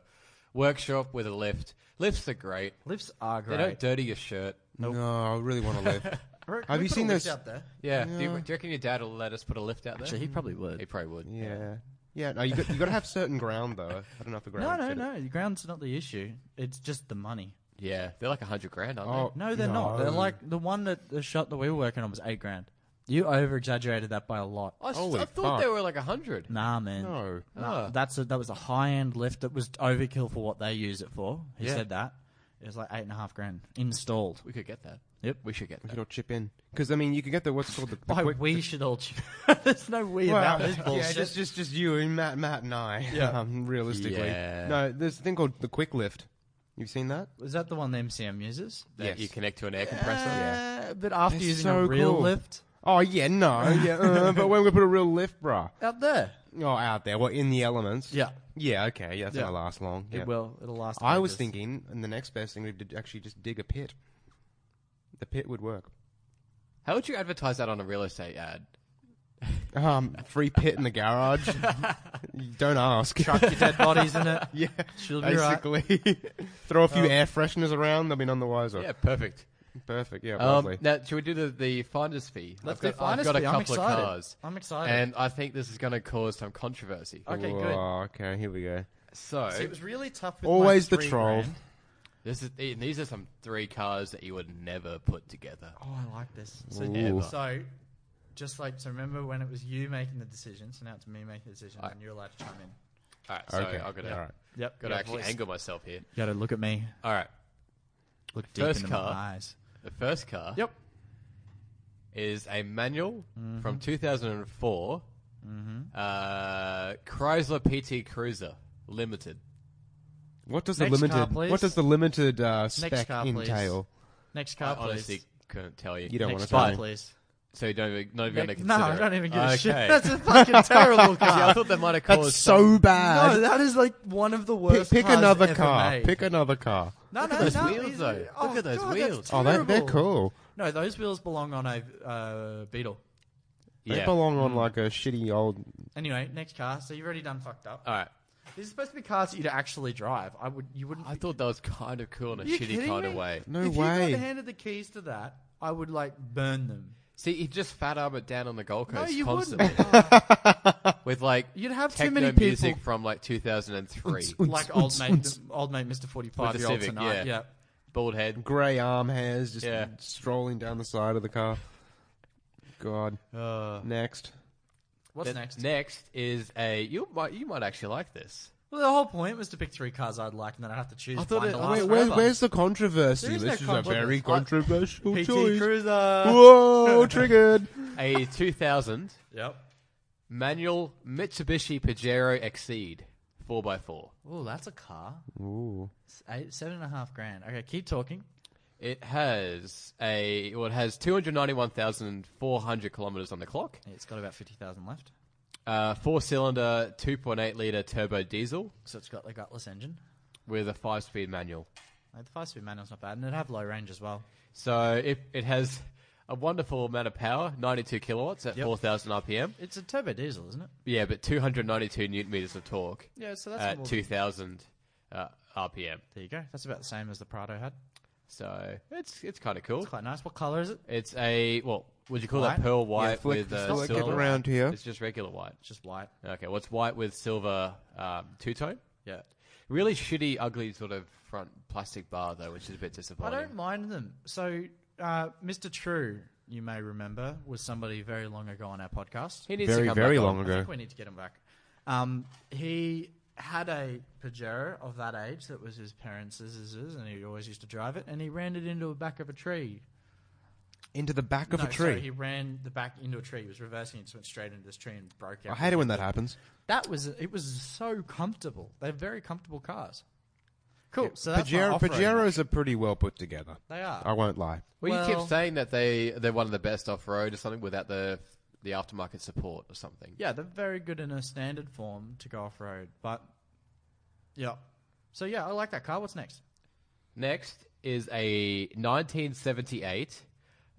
Speaker 2: workshop with a lift. Lifts are great.
Speaker 3: Lifts are
Speaker 2: They
Speaker 3: great.
Speaker 2: don't dirty your shirt.
Speaker 4: No, I really want
Speaker 3: [laughs]
Speaker 4: to live.
Speaker 3: Re-
Speaker 4: Have
Speaker 3: we
Speaker 4: you
Speaker 3: put a
Speaker 4: seen
Speaker 3: lift
Speaker 4: those-
Speaker 3: out there?
Speaker 2: Yeah. Do, you, do you reckon your dad will let us put a lift out there?
Speaker 3: Actually, he probably would.
Speaker 2: he probably would.
Speaker 4: yeah. Yeah. No, you got, you got to have certain ground though. I don't know if the
Speaker 3: No,
Speaker 4: ground.
Speaker 3: no,
Speaker 4: fit it.
Speaker 3: no. The ground's not the issue. It's just the money.
Speaker 2: Yeah, they're like a hundred grand, aren't
Speaker 4: Oh
Speaker 3: No, they're not. They're
Speaker 4: no.
Speaker 3: like the one that the shot that we were working on was eight grand. You over exaggerated that by a lot.
Speaker 2: they? I, s-
Speaker 4: holy
Speaker 2: I thought they
Speaker 4: fuck.
Speaker 2: were like a hundred.
Speaker 3: Nah, man.
Speaker 4: No.
Speaker 3: Nah, that's a, that was a high end lift that was overkill for what they use it for. He
Speaker 2: Yeah.
Speaker 3: said that it was like eight and a half grand installed.
Speaker 2: We could get that.
Speaker 3: Yep.
Speaker 2: We should get
Speaker 4: You
Speaker 2: that.
Speaker 4: could all chip in because I mean you can get the what's called the, the
Speaker 3: Why
Speaker 4: quick. [laughs]
Speaker 3: we should all. ch- [laughs] There's no we about this bullshit.
Speaker 4: yeah, just just just you and Matt, Matt and I.
Speaker 3: Yeah.
Speaker 4: [laughs] Um, realistically,
Speaker 2: Yeah.
Speaker 4: no. There's a thing called the quick lift. You've seen that?
Speaker 3: Is that the one the MCM uses?
Speaker 2: That
Speaker 4: Yes.
Speaker 2: You connect to an air compressor.
Speaker 3: Uh, but after
Speaker 4: It's
Speaker 3: using
Speaker 4: so
Speaker 3: a real
Speaker 4: cool.
Speaker 3: lift
Speaker 4: Oh yeah, no, [laughs]
Speaker 3: [laughs]
Speaker 4: yeah. uh, but when we put a real lift, bruh.
Speaker 3: out there,
Speaker 4: Oh, out there. Well, in the elements.
Speaker 3: Yeah.
Speaker 4: Yeah. Okay. Yeah, that's
Speaker 3: Yeah.
Speaker 4: gonna last long. Yeah.
Speaker 3: it will. It'll last.
Speaker 4: I was
Speaker 3: ages.
Speaker 4: thinking, and the next best thing would be to actually just dig a pit. The pit would work.
Speaker 2: How would you advertise that on a real estate ad?
Speaker 4: Um, free pit in
Speaker 3: [laughs]
Speaker 4: the garage. Don't ask.
Speaker 3: chuck your dead bodies in it.
Speaker 4: yeah.
Speaker 3: She'll be right.
Speaker 4: Basically, [laughs] throw a few
Speaker 3: Um,
Speaker 4: air fresheners around. They'll be none the wiser.
Speaker 2: [laughs] Yeah, perfect.
Speaker 4: Perfect. Yeah.
Speaker 2: Um,
Speaker 4: Lovely.
Speaker 2: now, should we do the, the finder's fee?
Speaker 3: Let's
Speaker 2: I've
Speaker 3: do
Speaker 2: got, I've
Speaker 3: finder's
Speaker 2: got
Speaker 3: fee.
Speaker 2: a
Speaker 3: I'm
Speaker 2: couple
Speaker 3: excited.
Speaker 2: of cars.
Speaker 3: I'm excited.
Speaker 2: And I think this is going to cause some controversy.
Speaker 3: Okay,
Speaker 4: Whoa,
Speaker 3: good.
Speaker 4: Okay. Here we go.
Speaker 2: So,
Speaker 3: So it was really tough. With
Speaker 4: Always
Speaker 3: my
Speaker 4: the
Speaker 3: three
Speaker 4: troll.
Speaker 3: grand.
Speaker 2: this is, and these are some three cars that you would never put together.
Speaker 3: Oh, I like this. So,
Speaker 2: Ooh.
Speaker 3: so, just like so, remember when it was you making the decision? So now it's me making the decision, and you're allowed to chime in.
Speaker 2: All right, so
Speaker 4: okay.
Speaker 2: I've got to,
Speaker 4: All right.
Speaker 3: Yep.
Speaker 2: got to actually angle myself here.
Speaker 3: Got to look at me.
Speaker 2: All right,
Speaker 3: Look deep
Speaker 2: First
Speaker 3: into
Speaker 2: car.
Speaker 3: my eyes.
Speaker 2: the first car
Speaker 3: Yep.
Speaker 2: is a manual
Speaker 3: Mm-hmm.
Speaker 2: from 2004, uh, Chrysler PT Cruiser Limited.
Speaker 4: What does
Speaker 3: Next
Speaker 4: the
Speaker 3: car,
Speaker 4: limited
Speaker 3: please.
Speaker 4: What does the limited uh, spec
Speaker 3: car, please.
Speaker 4: entail?
Speaker 3: Next
Speaker 2: I
Speaker 3: car, Ah, please.
Speaker 2: honestly couldn't tell you.
Speaker 4: You don't
Speaker 3: Next
Speaker 4: want to
Speaker 3: car,
Speaker 4: tell me.
Speaker 3: please.
Speaker 2: So you don't even, not even going to
Speaker 3: no,
Speaker 2: consider
Speaker 3: I
Speaker 2: it.
Speaker 3: don't even give
Speaker 2: okay.
Speaker 3: a shit. [laughs] That's a fucking terrible
Speaker 2: See, I
Speaker 3: car.
Speaker 2: thought that
Speaker 3: [laughs]
Speaker 2: might have caused
Speaker 4: That's
Speaker 2: some-
Speaker 4: so bad.
Speaker 3: no, that is like one of the
Speaker 4: pick
Speaker 3: worst.
Speaker 4: pick
Speaker 3: cars
Speaker 4: another
Speaker 3: ever
Speaker 4: car.
Speaker 3: made.
Speaker 4: Pick another car.
Speaker 3: No,
Speaker 2: Look
Speaker 3: no,
Speaker 2: at those
Speaker 3: no,
Speaker 2: wheels,
Speaker 3: he's-
Speaker 2: though. Look
Speaker 3: Oh,
Speaker 2: at those
Speaker 3: God,
Speaker 2: wheels.
Speaker 3: That's
Speaker 4: Oh, they're, they're
Speaker 3: terrible.
Speaker 4: cool.
Speaker 3: No, those wheels belong on a uh, Beetle.
Speaker 4: They
Speaker 2: Yeah.
Speaker 4: belong
Speaker 3: Mm.
Speaker 4: on like a shitty old.
Speaker 3: Anyway, next car. So you've already done fucked up.
Speaker 2: All right.
Speaker 3: These are supposed to be cars that you'd actually drive. I would. You wouldn't.
Speaker 2: I thought that was kind of cool in a
Speaker 3: You
Speaker 2: shitty
Speaker 3: kidding
Speaker 2: kind of
Speaker 3: me?
Speaker 2: way.
Speaker 4: No
Speaker 3: if you
Speaker 4: way.
Speaker 3: got handed the keys to that, I would like burn them.
Speaker 2: See, you just fat arm it down on the Gold
Speaker 3: No,
Speaker 2: Coast
Speaker 3: you
Speaker 2: constantly
Speaker 3: [laughs]
Speaker 4: [laughs]
Speaker 2: with like
Speaker 3: You'd have too
Speaker 2: techno
Speaker 3: many
Speaker 2: music
Speaker 3: people-
Speaker 2: from like 2003.
Speaker 3: like old mate, old mate, Mister Forty
Speaker 2: With
Speaker 3: Five
Speaker 2: the
Speaker 3: year old
Speaker 2: Civic,
Speaker 3: tonight.
Speaker 2: yeah.
Speaker 3: Yeah.
Speaker 2: Bald head.
Speaker 4: Grey arm hairs just
Speaker 2: Yeah.
Speaker 4: strolling down the side of the car. God.
Speaker 3: Uh,
Speaker 4: Next.
Speaker 3: What's
Speaker 2: Th-
Speaker 3: next?
Speaker 2: Next is a you might you might actually like this.
Speaker 3: Well, the whole point was to pick three cars I'd like, and then I'd have to choose.
Speaker 2: I thought
Speaker 3: one
Speaker 2: it-
Speaker 3: to
Speaker 2: wait,
Speaker 3: last
Speaker 4: Wait, where's,
Speaker 3: forever.
Speaker 4: where's the controversy?
Speaker 3: There is
Speaker 4: This
Speaker 3: no
Speaker 4: is a
Speaker 3: controversy.
Speaker 4: very
Speaker 3: I-
Speaker 4: controversial
Speaker 3: PT
Speaker 4: choice.
Speaker 3: Cruiser? [laughs]
Speaker 4: Whoa, triggered.
Speaker 2: A 2000
Speaker 3: Yep.
Speaker 2: manual Mitsubishi Pajero Exceed 4x4.
Speaker 3: Oh, that's a car.
Speaker 4: Ooh.
Speaker 3: It's Eight, seven and a half grand. Okay, keep talking.
Speaker 2: It has a well, it has 291,400 kilometers on the clock.
Speaker 3: It's got about fifty thousand left,
Speaker 2: Uh, four cylinder 2.8 liter turbo diesel
Speaker 3: so it's got the gutless engine.
Speaker 2: with a five speed manual.
Speaker 3: Like, the five-speed manual's not bad, and it'd have low range as well.
Speaker 2: So it it has a wonderful amount of power, 92 kilowatts at
Speaker 3: Yep.
Speaker 2: 4,000 RPM.
Speaker 3: It's a turbo diesel, isn't it?
Speaker 2: Yeah, but 292 newton meters of torque
Speaker 3: Yeah, so that's
Speaker 2: at 2,000 uh, RPM.
Speaker 3: There you go. That's about the same as the Prado had.
Speaker 2: So it's it's kind of cool.
Speaker 3: It's quite nice. What color is it?
Speaker 2: It's a well, would you call
Speaker 3: White?
Speaker 2: that pearl white
Speaker 4: flick-
Speaker 2: with uh,
Speaker 4: flick it
Speaker 2: silver?
Speaker 4: around here.
Speaker 2: It's just regular white.
Speaker 3: It's just white.
Speaker 2: Okay, what's white with silver um, two tone?
Speaker 3: Yeah.
Speaker 2: Really shitty, ugly sort of front plastic bar though, which is a bit
Speaker 3: I
Speaker 2: disappointing.
Speaker 3: don't mind them. So, uh, Mr. True, you may remember, was somebody very long ago on our podcast.
Speaker 2: He needs to
Speaker 4: Very,
Speaker 2: come
Speaker 4: very
Speaker 2: back on.
Speaker 4: long
Speaker 3: I
Speaker 4: ago.
Speaker 3: think we need to get him back. Um, he had a Pajero of that age that was his parents' and he always used to drive it, and he ran it into the back of a tree.
Speaker 4: Into the back of
Speaker 3: no,
Speaker 4: a
Speaker 3: Sorry,
Speaker 4: tree.
Speaker 3: he ran the back into a tree. He was reversing, it just went straight into this tree and broke
Speaker 4: I
Speaker 3: out.
Speaker 4: hate it when that happens.
Speaker 3: That was it. Was so comfortable. They're very comfortable cars. Cool. So that's my
Speaker 4: Pajero,
Speaker 3: off-roading one.
Speaker 4: Pajeros are pretty well put together.
Speaker 3: They are.
Speaker 4: I won't lie.
Speaker 2: Well, you
Speaker 3: Well-
Speaker 2: kept saying that they they're one of the best off road or something without the the aftermarket support or something.
Speaker 3: Yeah, they're very good in a standard form to go off road. But yeah, so yeah, I like that car. What's next?
Speaker 2: Next is a 1978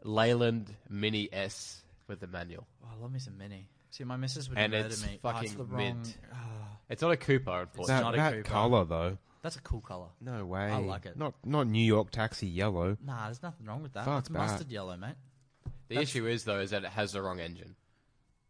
Speaker 2: Leyland Mini S with the manual.
Speaker 3: Oh, I love me some Mini. See, my missus would
Speaker 2: And
Speaker 3: murder
Speaker 2: it's
Speaker 3: me. Oh, it's
Speaker 2: fucking
Speaker 3: the wrong-
Speaker 2: mint.
Speaker 3: Ah,
Speaker 2: It's not a Cooper, unfortunately.
Speaker 4: That,
Speaker 3: not a
Speaker 4: that
Speaker 3: Cooper.
Speaker 4: color though.
Speaker 3: that's a cool color.
Speaker 4: No way.
Speaker 3: like it.
Speaker 4: Not not New York taxi yellow.
Speaker 3: Nah, there's nothing wrong with that.
Speaker 4: Fuck
Speaker 3: it's
Speaker 4: that.
Speaker 3: mustard yellow, mate.
Speaker 2: the issue is though is that it has the wrong engine.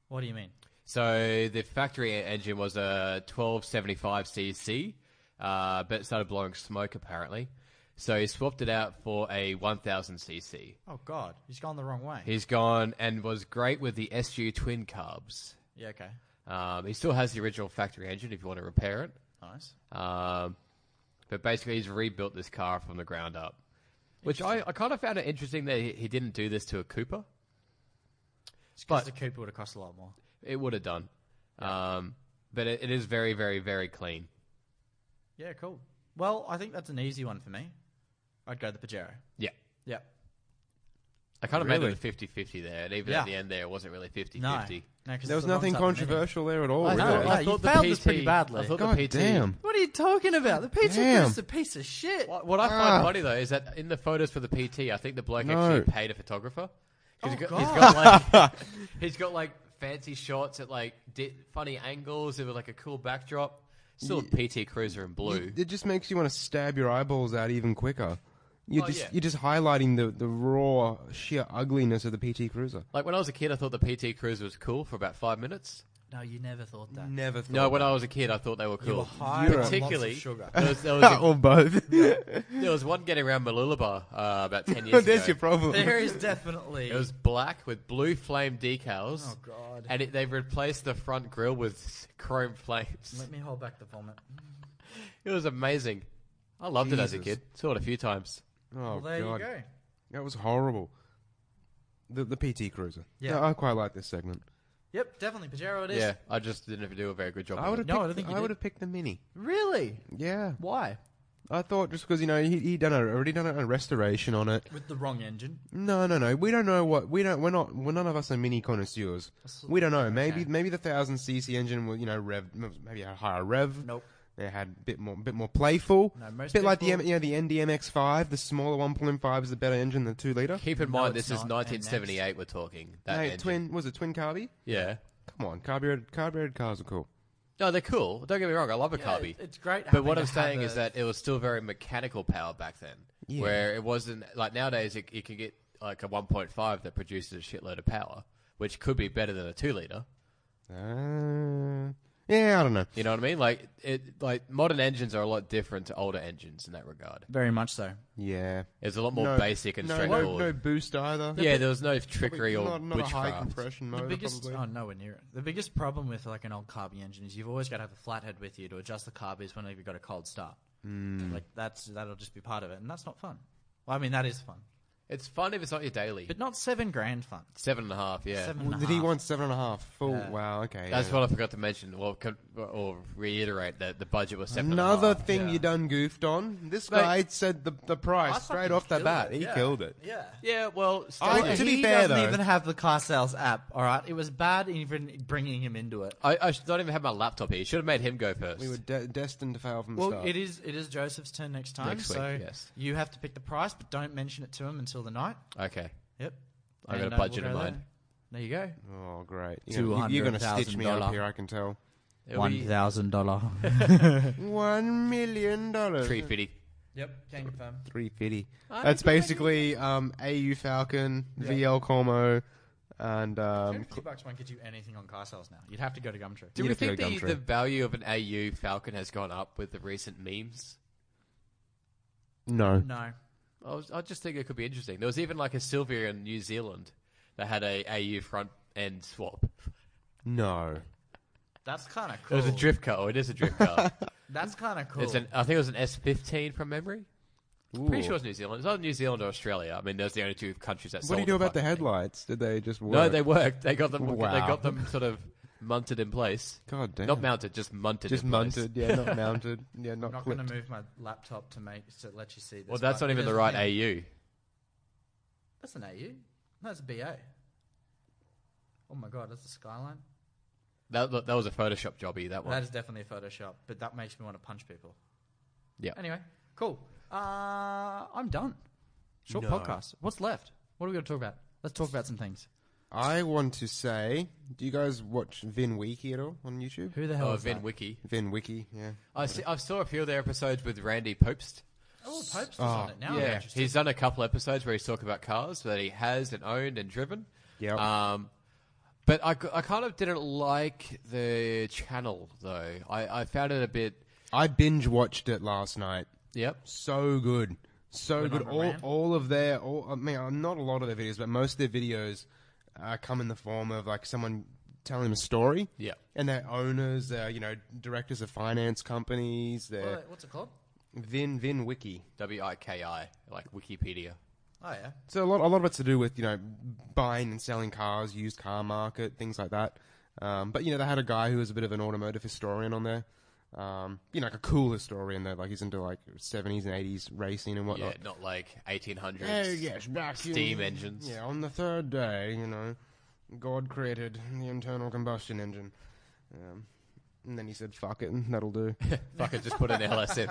Speaker 3: What do you mean?
Speaker 2: So the factory e- engine was a 1275 cc, uh, but it started blowing smoke apparently. So he swapped it out for a 1000 cc.
Speaker 3: Oh God, he's gone the wrong way.
Speaker 2: He's gone and was great with the SU twin carbs.
Speaker 3: yeah, okay,
Speaker 2: Um, he still has the original factory engine if you want to repair it.
Speaker 3: nice.
Speaker 2: Um, but basically, he's rebuilt this car from the ground up, which I, I kind of found it interesting that he, he didn't do this to a Cooper.
Speaker 3: It's 'cause
Speaker 2: But-
Speaker 3: the Cooper would have cost a lot more.
Speaker 2: It would have done. Um, but it, it is very, very, very clean.
Speaker 3: Yeah, cool. Well, I think that's an easy one for me. I'd go the Pajero.
Speaker 2: Yeah.
Speaker 3: Yeah.
Speaker 2: I kind of
Speaker 4: Really?
Speaker 2: made it a 50 50 there. And even
Speaker 3: Yeah.
Speaker 2: at the end there, it wasn't really 50
Speaker 3: No.
Speaker 2: 50.
Speaker 3: no 'cause
Speaker 4: There
Speaker 3: it's
Speaker 4: was
Speaker 3: the wrong
Speaker 4: nothing
Speaker 3: type of Mini.
Speaker 4: controversial there at all.
Speaker 2: I
Speaker 4: really.
Speaker 2: thought,
Speaker 3: No,
Speaker 2: I
Speaker 3: you
Speaker 2: thought
Speaker 3: failed
Speaker 2: the
Speaker 3: this
Speaker 2: PT.
Speaker 3: pretty badly.
Speaker 2: I thought
Speaker 4: God
Speaker 2: the PT.
Speaker 4: damn.
Speaker 3: What are you talking about? The pizza
Speaker 4: Damn.
Speaker 3: is a piece of shit.
Speaker 2: What, what I
Speaker 4: Ah.
Speaker 2: find funny though is that in the photos for the PT, I think the bloke
Speaker 4: No.
Speaker 2: actually paid a photographer. 'Cause he's
Speaker 3: Oh,
Speaker 2: got, he's got like
Speaker 3: [laughs]
Speaker 2: he's got like fancy shots at like di- funny angles with like a cool backdrop. Still a PT Cruiser in blue.
Speaker 4: It, it just makes you want to stab your eyeballs out even quicker. You're
Speaker 2: Oh,
Speaker 4: just
Speaker 2: yeah.
Speaker 4: you're just highlighting the, the raw sheer ugliness of the PT Cruiser.
Speaker 2: Like when I was a kid, I thought the PT Cruiser was cool for about five minutes.
Speaker 3: No, you never thought that.
Speaker 4: Never thought.
Speaker 2: No, when I was a kid, I thought they were cool.
Speaker 3: Oh, You were high
Speaker 4: You're
Speaker 3: on
Speaker 4: a-
Speaker 2: Particularly,
Speaker 3: lots
Speaker 2: [laughs]
Speaker 3: of sugar. [laughs]
Speaker 2: there was, there was,
Speaker 4: that
Speaker 2: a-
Speaker 4: or both. [laughs]
Speaker 2: there was one getting around Malulabar uh,
Speaker 3: [laughs]
Speaker 2: about ten years ago.
Speaker 4: That's your problem.
Speaker 3: There is definitely.
Speaker 2: It was black with blue flame decals.
Speaker 3: Oh, God.
Speaker 2: And it, they've replaced the front grille with chrome flames.
Speaker 3: Let me hold back the vomit.
Speaker 2: It was amazing. I loved it as a
Speaker 4: Jesus.
Speaker 2: kid. Saw it a few times.
Speaker 4: Oh
Speaker 3: well, there
Speaker 4: god,
Speaker 3: you go.
Speaker 4: that was horrible. the, the PT Cruiser.
Speaker 3: Yeah.
Speaker 4: No, I quite like this segment.
Speaker 3: Yep, definitely Pajero it is.
Speaker 2: Yeah, I just didn't do a very good job.
Speaker 4: I would
Speaker 2: of it.
Speaker 4: have
Speaker 3: No, I
Speaker 4: picked,
Speaker 3: don't think you
Speaker 4: I
Speaker 3: did.
Speaker 4: would have picked the mini.
Speaker 3: Really?
Speaker 4: Yeah,
Speaker 3: Why?
Speaker 4: I thought just because you know he he done a, already done a restoration on it.
Speaker 3: With the wrong engine.
Speaker 4: No, no, no. We don't know what we don't. We're not. We're none of us are mini connoisseurs. We don't know. Maybe maybe the thousand cc engine was you know rev maybe had higher rev.
Speaker 3: Nope.
Speaker 4: It had a bit more bit more playful.
Speaker 3: No, most
Speaker 4: bit like the M-
Speaker 3: people-
Speaker 4: you know the NDMX five. The smaller one point five is the better engine than the two liter.
Speaker 2: Keep in
Speaker 3: No,
Speaker 2: mind,
Speaker 3: it's
Speaker 2: this is
Speaker 3: not, and
Speaker 2: 1978. We're talking that
Speaker 4: No,
Speaker 2: engine.
Speaker 4: twin was it twin carby?
Speaker 2: Yeah.
Speaker 4: Come on, carbureted carbureted cars are cool.
Speaker 2: No, they're cool. Don't get me wrong. I love a Cubby.
Speaker 3: it- it's great
Speaker 2: But what
Speaker 3: having
Speaker 2: I'm
Speaker 3: to have
Speaker 2: saying
Speaker 3: a-
Speaker 2: is that it was still very mechanical power back then,
Speaker 4: Yeah.
Speaker 2: where it wasn't like nowadays. It, it can get like a 1.5 that produces a shitload of power, which could be better than a two liter.
Speaker 4: Uh, yeah, I don't know.
Speaker 2: You know what I mean? Like it. Like modern engines are a lot different to older engines in that regard.
Speaker 3: Very much so.
Speaker 4: Yeah,
Speaker 2: It's a lot more
Speaker 4: No-
Speaker 2: basic and
Speaker 4: no, no,
Speaker 2: straightforward.
Speaker 4: no boost either.
Speaker 2: yeah, there was no trickery or
Speaker 4: not, not a high
Speaker 2: witchcraft.
Speaker 4: compression
Speaker 3: The
Speaker 4: motor.
Speaker 3: biggest
Speaker 4: probably.
Speaker 3: oh nowhere near it. The biggest problem with like an old carby engine is you've always got to have a flathead with you to adjust the carb is whenever you've got a cold start. Like that's that'll just be part of it, and that's not fun. Well, I mean that is fun,
Speaker 2: It's fun if it's not your daily.
Speaker 3: but not seven grand fun.
Speaker 2: Seven and a half. Yeah.
Speaker 3: Seven
Speaker 4: Well,
Speaker 3: and a
Speaker 4: did he
Speaker 3: half.
Speaker 4: want seven and a half? Full.
Speaker 3: Yeah.
Speaker 4: Wow. Okay.
Speaker 2: That's
Speaker 4: yeah.
Speaker 2: what I forgot to mention. Well, con- or reiterate that the budget was seven and a
Speaker 4: Another
Speaker 2: half.
Speaker 4: thing
Speaker 3: yeah.
Speaker 4: you done goofed on. This
Speaker 2: Oh, Mate,
Speaker 4: guy said the the price
Speaker 3: I
Speaker 4: straight
Speaker 3: fucking
Speaker 4: off the
Speaker 3: killed
Speaker 4: bat.
Speaker 3: it,
Speaker 4: He
Speaker 3: yeah.
Speaker 4: killed it.
Speaker 3: Yeah.
Speaker 2: Yeah, well, still,
Speaker 4: I-
Speaker 2: I,
Speaker 4: to
Speaker 3: Oh, he
Speaker 4: be fair,
Speaker 3: doesn't
Speaker 4: though-
Speaker 3: even have the car sales app. All right, it was bad even bringing him into it.
Speaker 2: I, should not even have my laptop here. Should have made him go first.
Speaker 4: We were de- destined to fail from the
Speaker 3: Well,
Speaker 4: start.
Speaker 3: it is it is Joseph's turn next time,
Speaker 2: Next week,
Speaker 3: so
Speaker 2: yes.
Speaker 3: you have to pick the price, but don't mention it to him until the night.
Speaker 2: Okay.
Speaker 3: Yep.
Speaker 2: I got
Speaker 3: And,
Speaker 2: a
Speaker 3: uh,
Speaker 2: budget in
Speaker 3: we'll go
Speaker 2: mind.
Speaker 3: there. There you go.
Speaker 4: Oh, great! You're gonna- You're going to stitch me up
Speaker 3: $200,000
Speaker 4: here. I can tell.
Speaker 2: It'll
Speaker 3: One
Speaker 2: be
Speaker 3: thousand dollar.
Speaker 4: One million dollars.
Speaker 2: Three fifty.
Speaker 3: [laughs] Yep, can confirm.
Speaker 4: Three fifty. That's basically um, AU Falcon, VL Como, and um,
Speaker 3: Fifty bucks won't get you anything on car sales now. You'd have to go to Gumtree.
Speaker 2: Do
Speaker 4: You'd
Speaker 2: we
Speaker 4: have to
Speaker 2: think
Speaker 4: go
Speaker 2: the,
Speaker 4: Gumtree.
Speaker 2: the value of an AU Falcon has gone up with the recent memes?
Speaker 4: no.
Speaker 3: No.
Speaker 2: I, was, I just think it could be interesting. There was even like a Sylvia in New Zealand that had a AU front end swap.
Speaker 4: no,
Speaker 3: That's kind of
Speaker 2: It
Speaker 3: cool.
Speaker 4: Oh.
Speaker 2: was a drift car. or It is a drift
Speaker 4: [laughs]
Speaker 2: car.
Speaker 3: That's kind of cool.
Speaker 2: It's an. I think it was an S fifteen from memory. Pretty
Speaker 4: Ooh.
Speaker 2: sure it's New Zealand. It's not New Zealand or Australia. I mean, those are the only two countries that.
Speaker 4: What do you
Speaker 2: sold
Speaker 4: do about the
Speaker 2: fucking thing.
Speaker 4: headlights? Did they just work?
Speaker 2: No, they worked. They got them. They
Speaker 4: Wow.
Speaker 2: got them sort of munted in place.
Speaker 4: God damn.
Speaker 2: Not mounted, just munted.
Speaker 4: just
Speaker 2: in place.
Speaker 4: mounted. Yeah, not mounted. Yeah,
Speaker 3: I'm
Speaker 4: not,
Speaker 3: not going
Speaker 4: clipped.
Speaker 3: to move my laptop to make to let you see this.
Speaker 2: Well, that's
Speaker 3: but
Speaker 2: not even
Speaker 3: it
Speaker 2: the
Speaker 3: is
Speaker 2: right
Speaker 3: an-
Speaker 2: AU.
Speaker 3: That's an AU. No, it's a BA. Oh my god, that's a skyline.
Speaker 2: That that was a Photoshop jobby. That one.
Speaker 3: That is definitely a Photoshop, but that makes me want to punch people.
Speaker 2: yeah.
Speaker 3: Anyway, cool. Uh, I'm done. Short
Speaker 4: No.
Speaker 3: podcast. What's left? What are we going to talk about? Let's talk about some things.
Speaker 4: I want to say, do you guys watch Vin Wiki at all on YouTube?
Speaker 3: Who the hell
Speaker 2: Oh,
Speaker 3: is
Speaker 2: Vin
Speaker 3: that?
Speaker 2: Wiki.
Speaker 4: Vin Wiki, yeah.
Speaker 2: I see, I saw a few of their episodes with Randy Popst.
Speaker 3: Oh, Pope's is on it now.
Speaker 2: yeah,
Speaker 3: Interesting.
Speaker 2: he's done a couple episodes where he's talking about cars that he has and owned and driven.
Speaker 4: Yep.
Speaker 2: Um, but I, I kind of didn't like the channel though. I, I found it a bit.
Speaker 4: I binge watched it last night.
Speaker 2: Yep.
Speaker 4: So good, so
Speaker 3: Went
Speaker 4: good.
Speaker 3: on a
Speaker 4: All
Speaker 3: rant?
Speaker 4: all of their, all, I mean, uh, not a lot of their videos, but most of their videos uh, come in the form of like someone telling them a story.
Speaker 2: Yeah.
Speaker 4: And they're owners, they're, you know, directors of finance companies. They're
Speaker 3: What- What's it called?
Speaker 4: Vin Vin Wiki.
Speaker 2: W i k i like Wikipedia.
Speaker 3: Oh yeah.
Speaker 4: So a lot, a lot of it's to do with you know buying and selling cars, used car market, things like that. Um, but you know they had a guy who was a bit of an automotive historian on there. Um, you know, like a cool historian though, like he's into like seventies and eighties racing and
Speaker 2: Yeah,
Speaker 4: whatnot.
Speaker 2: not like 1800s.
Speaker 4: Oh yes, back
Speaker 2: steam
Speaker 4: in,
Speaker 2: engines.
Speaker 4: Yeah, on the third day, you know, God created the internal combustion engine. Um, and then he said, "Fuck it, that'll do."
Speaker 2: Fuck it, just put an LS in.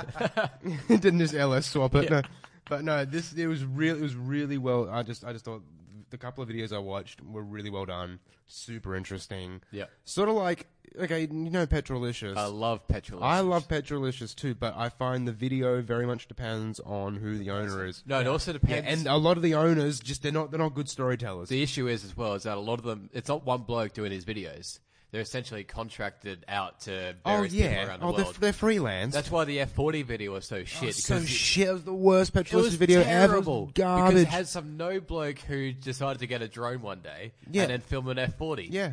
Speaker 4: [laughs] didn't just LS swap it. No. But no, this it was real. It was really well. I just I just thought the couple of videos I watched were really well done, super interesting.
Speaker 2: Yeah.
Speaker 4: Sort of like okay, you know, Petrolicious.
Speaker 2: I love petrol.
Speaker 4: I love Petrolicious too, but I find the video very much depends on who the owner is.
Speaker 2: No, it also
Speaker 4: Yeah,
Speaker 2: depends.
Speaker 4: and a lot of the owners just they're not they're not good storytellers.
Speaker 2: the issue is as well is that a lot of them, it's not one bloke doing his videos. They're essentially contracted out to
Speaker 4: oh
Speaker 2: various people
Speaker 4: yeah,
Speaker 2: around the
Speaker 4: oh they're,
Speaker 2: world.
Speaker 4: they're freelance.
Speaker 2: That's why the F40 video was so shit.
Speaker 4: Oh, so
Speaker 2: because it-
Speaker 4: shit. It was the worst
Speaker 2: It was
Speaker 4: Petrolicious video
Speaker 2: terrible.
Speaker 4: ever.
Speaker 2: Because
Speaker 4: Garbage.
Speaker 2: it had some no bloke who decided to get a drone one day
Speaker 4: Yeah.
Speaker 2: and then film an F40.
Speaker 4: yeah,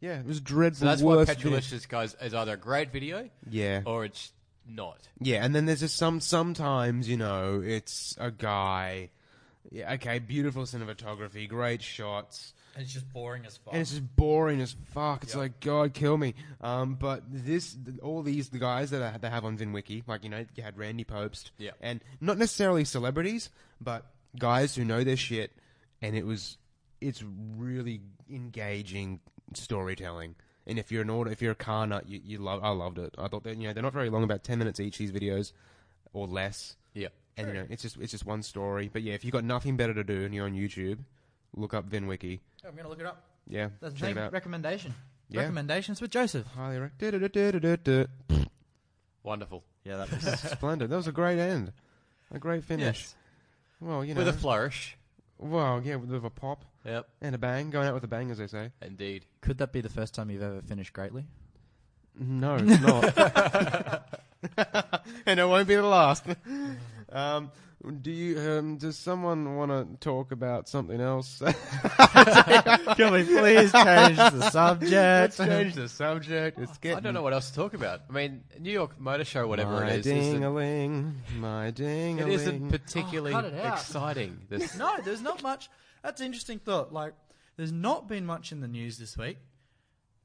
Speaker 4: yeah, it was dreadful.
Speaker 2: So that's why
Speaker 4: worst video.
Speaker 2: Petrolicious guys is either a great video
Speaker 4: Yeah.
Speaker 2: or it's not.
Speaker 4: Yeah, and then there's just some sometimes, you know, it's a guy Yeah, okay, beautiful cinematography, great shots.
Speaker 3: And it's just boring as fuck.
Speaker 4: And it's just boring as fuck. It's like God, kill me. Um, but this, all these the guys that I, they have on VinWiki, like you know, you had Randy Popst,
Speaker 2: Yeah.
Speaker 4: and not necessarily celebrities, but guys who know their shit. And it was, it's really engaging storytelling. And if you're an order, if you're a car nut, you, you love. I loved it. I thought that you know they're not very long, about ten minutes each. These videos, or less.
Speaker 2: Yeah.
Speaker 4: And you know, it's just it's just one story. But yeah, if you've got nothing better to do and you're on YouTube, look up VinWiki.
Speaker 3: I'm gonna look it up.
Speaker 4: Yeah,
Speaker 3: That's the
Speaker 4: check
Speaker 3: thing.
Speaker 4: it out.
Speaker 3: Recommendation.
Speaker 4: Yeah.
Speaker 3: Recommendations with Joseph.
Speaker 4: Highly recommend.
Speaker 2: Wonderful.
Speaker 3: Yeah, that [laughs] was
Speaker 4: Splendid. That was a great end. A great finish. Well, you know.
Speaker 2: With a flourish.
Speaker 4: well, yeah, with with a pop
Speaker 2: Yep.
Speaker 4: and a bang. Going out with a bang, as they say.
Speaker 2: Indeed.
Speaker 3: Could that be the first time you've ever finished greatly?
Speaker 4: [laughs] No, it's not. and it won't be the last. Um, do you? Um, does someone want to talk about something else?
Speaker 3: Can we please change [laughs] the subject?
Speaker 4: [laughs] Let's change the subject. It's getting.
Speaker 2: I don't know what else to talk about. I mean, New York Motor Show, whatever
Speaker 4: my
Speaker 2: it is, isn't,
Speaker 4: ding-a-ling, my
Speaker 2: it
Speaker 4: ding-a-ling.
Speaker 2: isn't particularly
Speaker 3: Oh, cut it out.
Speaker 2: exciting. This
Speaker 3: no, there's not much. That's an interesting thought. Like, there's not been much in the news this week,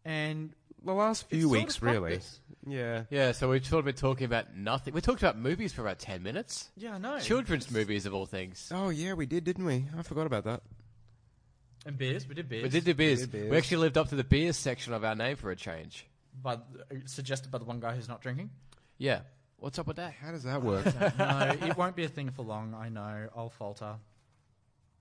Speaker 3: and
Speaker 4: the last
Speaker 3: it's
Speaker 4: few
Speaker 3: sort of
Speaker 4: weeks,
Speaker 3: fucked
Speaker 4: really.
Speaker 3: us.
Speaker 4: Yeah.
Speaker 2: yeah, so we've sort of been talking about nothing. We talked about movies for about ten minutes.
Speaker 3: Yeah, I know.
Speaker 2: Children's movies of all things.
Speaker 4: Oh yeah, we did, didn't we? I forgot about that.
Speaker 3: and beers. We did beers.
Speaker 2: We did the beers.
Speaker 4: did beers.
Speaker 2: We actually lived up to the beers section of our name for a change.
Speaker 3: by, uh, suggested by the one guy who's not [laughs] drinking.
Speaker 2: Yeah. What's up with that?
Speaker 4: How does that [laughs] work?
Speaker 3: no, it won't be a thing for long. I know. I'll falter.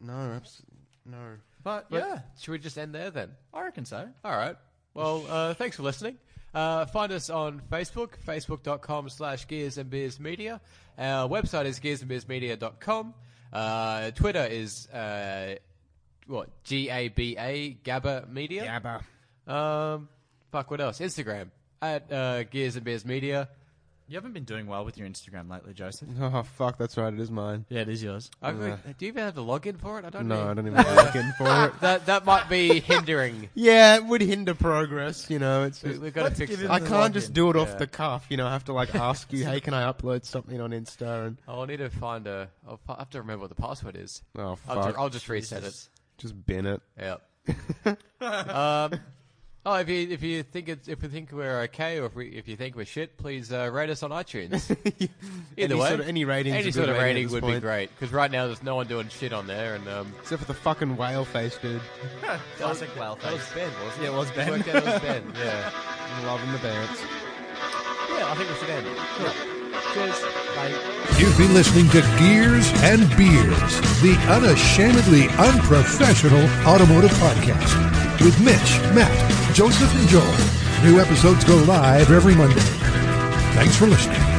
Speaker 4: no, abs- no.
Speaker 3: But,
Speaker 2: But
Speaker 3: yeah,
Speaker 2: Should we just end there then?
Speaker 3: I reckon so.
Speaker 2: All right. Well, uh, thanks for listening. Uh, find us on Facebook, facebook.com slash Gears and Beers Media. Our website is gearsandbeersmedia.com. Uh, Twitter is, uh, what, G-A-B-A, Gabba Media?
Speaker 4: Gabba.
Speaker 2: Um, fuck, what else? Instagram, at uh, Gears and Beers Media.
Speaker 3: You haven't been doing well with your Instagram lately, Joseph.
Speaker 4: Oh fuck, that's right. It is mine.
Speaker 3: Yeah, it is yours.
Speaker 2: I do you even have to log in for it? I don't
Speaker 4: No,
Speaker 2: know.
Speaker 4: I don't even look in for it.
Speaker 2: That, that might
Speaker 3: [laughs]
Speaker 2: be hindering.
Speaker 4: Yeah, it would hinder progress. You know, it's.
Speaker 2: We- We've got to
Speaker 3: Let's
Speaker 2: fix
Speaker 3: give him
Speaker 2: that.
Speaker 4: I
Speaker 3: the
Speaker 4: can't just
Speaker 3: login.
Speaker 4: do it off
Speaker 2: Yeah.
Speaker 4: the cuff. You know, I have to like
Speaker 2: [laughs]
Speaker 4: ask you, hey, can I upload something on Insta? And
Speaker 2: I'll need to find a. I'll fi- have to remember what the password is.
Speaker 4: oh
Speaker 2: I'll,
Speaker 4: fuck,
Speaker 2: ju- I'll just reset
Speaker 3: Jesus.
Speaker 4: just bin it.
Speaker 2: [laughs] it. Yep. um, oh, if you if you think it's, if you think we're okay or if, we, if you think we're shit, please uh, rate us on [laughs] iTunes. Either
Speaker 4: any
Speaker 2: way,
Speaker 4: sort of, any ratings,
Speaker 2: any
Speaker 4: a
Speaker 2: sort
Speaker 4: good
Speaker 2: of
Speaker 4: rating at
Speaker 2: rating
Speaker 4: this
Speaker 2: would be
Speaker 4: point.
Speaker 2: great because right now there's no one doing shit on there, and um,
Speaker 4: Except for the fucking whale face dude,
Speaker 3: Classic whale
Speaker 2: that was
Speaker 3: face.
Speaker 2: Ben, wasn't
Speaker 3: Yeah, it was Ben.
Speaker 2: It worked out it was Ben. Yeah.
Speaker 4: loving the bounce.
Speaker 2: [laughs] Yeah, I think we should end it. Cheers. Bye.
Speaker 1: You've been listening to Gears and Beers, the unashamedly unprofessional automotive podcast with Mitch, Matt, Joseph, and Joel. New episodes go live every Monday. Thanks for listening.